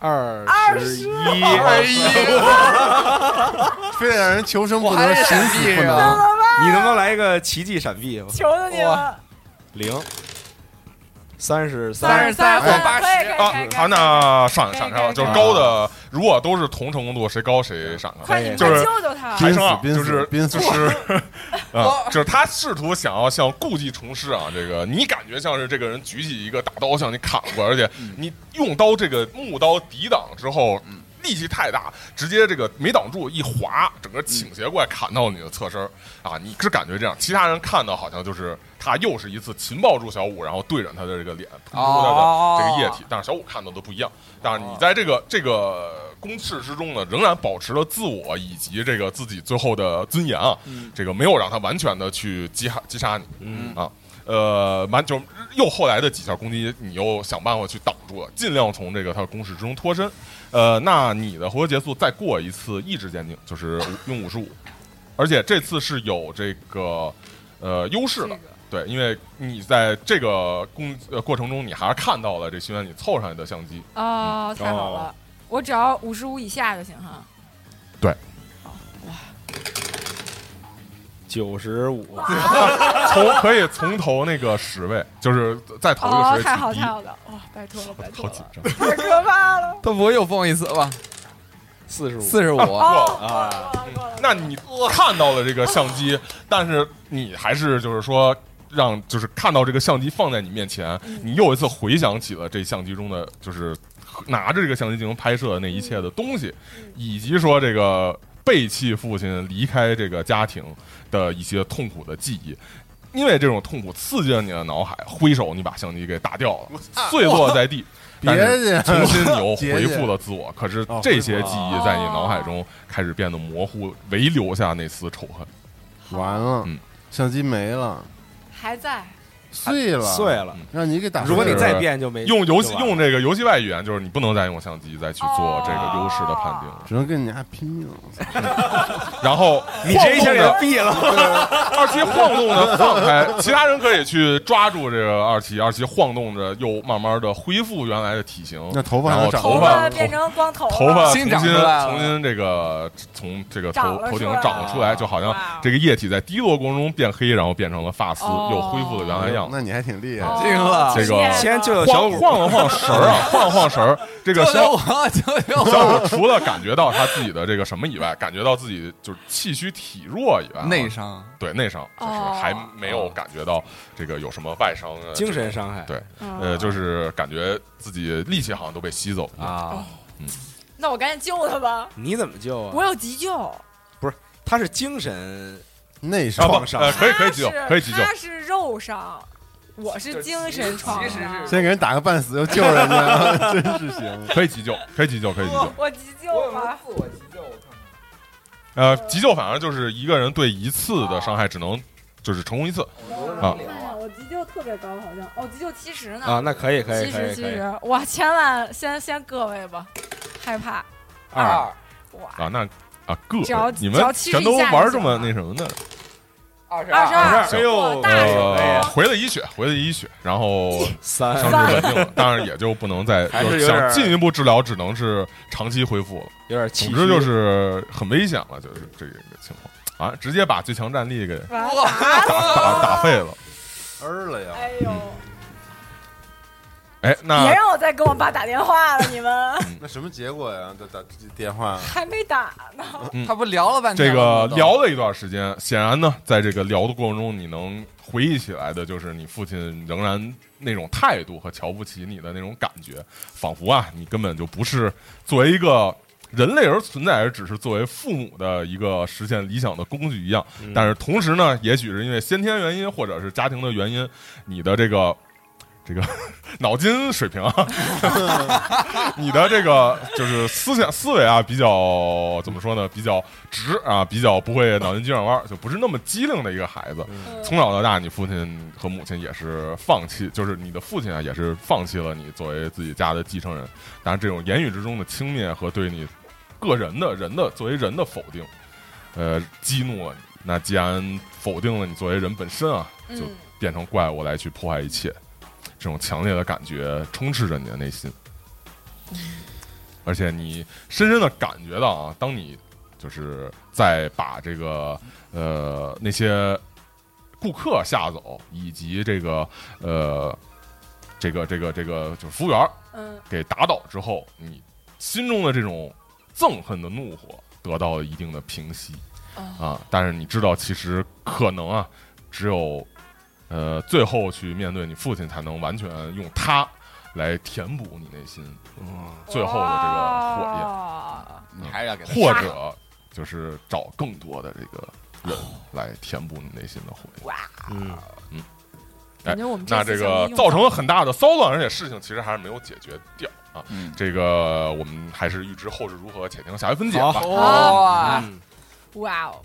G: 二
J: 二
G: 十
J: 十，
G: 一，
F: 二一，
H: 非得让人求生
F: 我
H: 不
F: 还
H: 得，
F: 是
H: 寻
F: 闪
H: 死
F: 避
H: 不
F: 是
H: 能。
F: 吧？
G: 你能不能来一个奇迹闪避？
J: 求求你了！
G: 零，三十
F: 三
G: 三
F: 十三或
J: 哎
F: 八
J: 可以
F: 十
J: 可以，
C: 啊，他那闪闪开了，就是高的，如果都是同成功度，谁高谁闪啊开。
J: 快，你们
C: 就是
J: 快救救
D: 啊
J: 他！
C: 还剩二，
H: 濒死
C: 就是
H: 濒死
C: 就是 啊，就是他试图想要像故技重施啊，这个你感觉像是这个人举起一个大刀向你砍过来，而且
H: 嗯
C: 你用刀这个木刀抵挡之后。力气太大，直接这个没挡住，一滑，整个
H: 嗯
C: 倾斜过来砍到你的侧身儿啊！你是感觉这样，其他人看到好像就是他又是一次擒抱住小五，然后对准他的这个脸扑出来
H: 哦
C: 的这个液体，但是小五看到的不一样。但是你在这个这个公式之中呢，仍然保持了自我以及这个自己最后的尊严啊，这个没有让他完全的去击杀击杀你，
G: 嗯
C: 啊。呃，完就又后来的几下攻击，你又想办法去挡住了，尽量从这个他的攻势之中脱身。呃，那你的回合结束再过一次意志鉴定，就是用五十五，而且这次是有这个呃优势的，对，因为你在这个攻呃过程中，你还是看到了这新源你凑上来的相机，
D: 哦，太好了，我只要五十五以下就行哈。
G: 九十五，
C: 从可以从头那个十位，就是再投一个
J: 哦，
C: 十
J: 太
C: 位
J: 好
C: 起
J: 太
C: 低，
J: 好了！哇，拜托了拜托
C: 好紧
J: 了，
C: 张。
J: 太可怕了！
F: 都不会又疯一次吧？
G: 四十五，
F: 四十五，
J: 哦，过
G: 啊
J: 了过了过了。
C: 那你看到了这个相机，但是你还是就是说让就是看到这个相机放在你面前，你又一次回想起了这相机中的就是拿着这个相机进行拍摄的那一切的东西，以及说这个背弃父亲离开这个家庭的一些痛苦的记忆。因为这种痛苦刺激了你的脑海，挥手你把相机给打掉了，碎落在地。
H: 别
C: 但是
H: 介
C: 重新你又
H: 结
C: 回
H: 界
C: 复了自我，可是
H: 哦
C: 这
H: 恢
C: 些
H: 复了
C: 记忆在你
G: 哦
C: 脑海中开始变得模糊，唯留下那丝仇 恨。
H: 完了
C: 嗯，
H: 相机没了，
D: 还在，
H: 碎了，
G: 啊
H: 嗯
G: 碎，了。
H: 让你给打碎了。
G: 如果你再变就没啊
C: 用游戏
G: 就完了
C: 用这个游戏外语言，就是你不能再用相机再去做这个优势的判
G: 哦
C: 定了。
H: 只能跟你家拼命。
C: 然后
G: 你这一下
C: 晃动
G: 人
C: 的
G: 毙了，
C: 二七晃动的放开，其他人可以去抓住这个二七，二七晃动着又慢慢的恢复原来的体型，
H: 那头发
C: 然后
H: 还长
C: 头
J: 头
C: 发
J: 发变成光头了，
C: 头发重
F: 新
C: 新
F: 长出来了
C: 重新这个从这个
J: 长
C: 头
J: 了出来
C: 头顶长了出来，就好像
J: 哇哦
C: 这个液体在滴落过程中变黑，然后变成了发丝，
D: 哦
C: 又恢复了原来样子。
H: 哎那你还挺厉害。
J: 哦
F: 惊了
C: 这个
J: 天哪
G: 先救救小
C: 晃
G: 五，
C: 晃了晃神儿啊，晃了晃神儿。这个
F: 救救
C: 小
F: 我，救救我！
C: 小五除了感觉到他自己的这个什么以外，感觉到自己就是气虚体弱以外啊，
F: 内伤，
C: 对内伤就是
D: 哦
C: 还没有感觉到这个有什么外伤啊，
G: 精神伤害
C: 对
J: 嗯
C: 呃，就是感觉自己力气好像都被吸走了。
G: 啊！
J: 那我赶紧救他吧。
G: 你怎么救啊？
D: 我有急救，
G: 他是精神
H: 内
C: 啊
H: 伤
C: 不
G: 创伤
C: 呃，可以可以急救
J: 他是，
C: 可以急救。
J: 他是肉伤，我是精神创
F: 其实
J: 伤。
F: 是
H: 先给人打个半死又救 人家，真是行。
C: 可以急救，可以急救，可以急救
J: 我。我急救吧，
F: 自我急救，我看
C: 呃，急救反正就是一个人对一次的伤害只能就是成功一次，啊
J: 哎呀，我急救特别高，好像哦，急救七十呢，
G: 啊，那可以可以
D: 七
G: 可
D: 十
G: 以
D: 七
G: 可以，
D: 十，
J: 哇，千万先先各位吧，害怕
G: 二
J: 哇，
C: 啊，那啊个
D: 只要
C: 你
D: 只
C: 们
D: 要70
C: 全都
D: 以下就
C: 玩
D: 行
C: 这么
D: 了
C: 那什么呢？
F: 二十
J: 二十二，
G: 哎呦，
J: 大手
G: 哎
C: 呃，
G: 呀
C: 回了一血，回了一血，然后
G: 三
C: 伤势稳定了，当然也就不能再
G: 还是有点
C: 想
G: 儿
C: 进一步治疗，只能是长期恢复了。
G: 有点气
C: 总
G: 虚，
C: 之就是很危险了，就是这个情况啊，直接把最强战力给
J: 完了，
F: 哇，
C: 打打打废了。
H: 儿了呀，
J: 哎呦，
C: 哎，
J: 别
C: 那
J: 让我再跟我爸打电话了，你们
C: 嗯
H: 那什么结果呀？打打电话，
J: 还没打呢，
C: 啊
F: 他不聊了半天
C: 这
F: 了
C: 个
F: 吗都
C: 聊了一段时间，显然呢，在这个聊的过程中，你能回忆起来的就是你父亲仍然那种态度和瞧不起你的那种感觉，仿佛啊，你根本就不是作为一个人类而存在，而只是作为父母的一个实现理想的工具一样。但是同时呢，也许是因为先天原因或者是家庭的原因，你的这个。这个脑筋水平啊，你的这个就是思想思维啊，比较怎么说呢？比较直啊，比较不会脑筋急转弯，就不是那么机灵的一个孩子。从小到大，你父亲和母亲也是放弃，就是你的父亲啊，也是放弃了你作为自己家的继承人。但是这种言语之中的轻蔑和对你个人的人的作为人的否定，呃，激怒了你。那既然否定了你作为人本身啊，就
D: 嗯
C: 变成怪物来去破坏一切，这种强烈的感觉充斥着你的内心，而且你深深的感觉到啊，当你就是在把这个呃那些顾客吓走，以及这个呃这个这个这个就是服务员儿
D: 嗯
C: 给打倒之后，你心中的这种憎恨的怒火得到了一定的平息
D: 哦
C: 啊。但是你知道，其实可能啊，只有呃最后去面对你父亲，才能完全用他来填补你内心最后的这个火
D: 嗯
C: 焰，哎
D: 哇
F: 你嗯还是要给他
C: 或者就是找更多的这个人来填补你内心的火焰。
G: 嗯，
D: 感觉我们
C: 那
D: 这
C: 这
D: 次
C: 个
D: 像
C: 造成了很大的骚乱，而且事情其实还是没有解决掉啊。
F: 嗯，
C: 这个我们还是预知后事如何，且听下回分解吧。
G: 好，
D: 哦
F: 哇，
G: 嗯
D: 啊哇哦，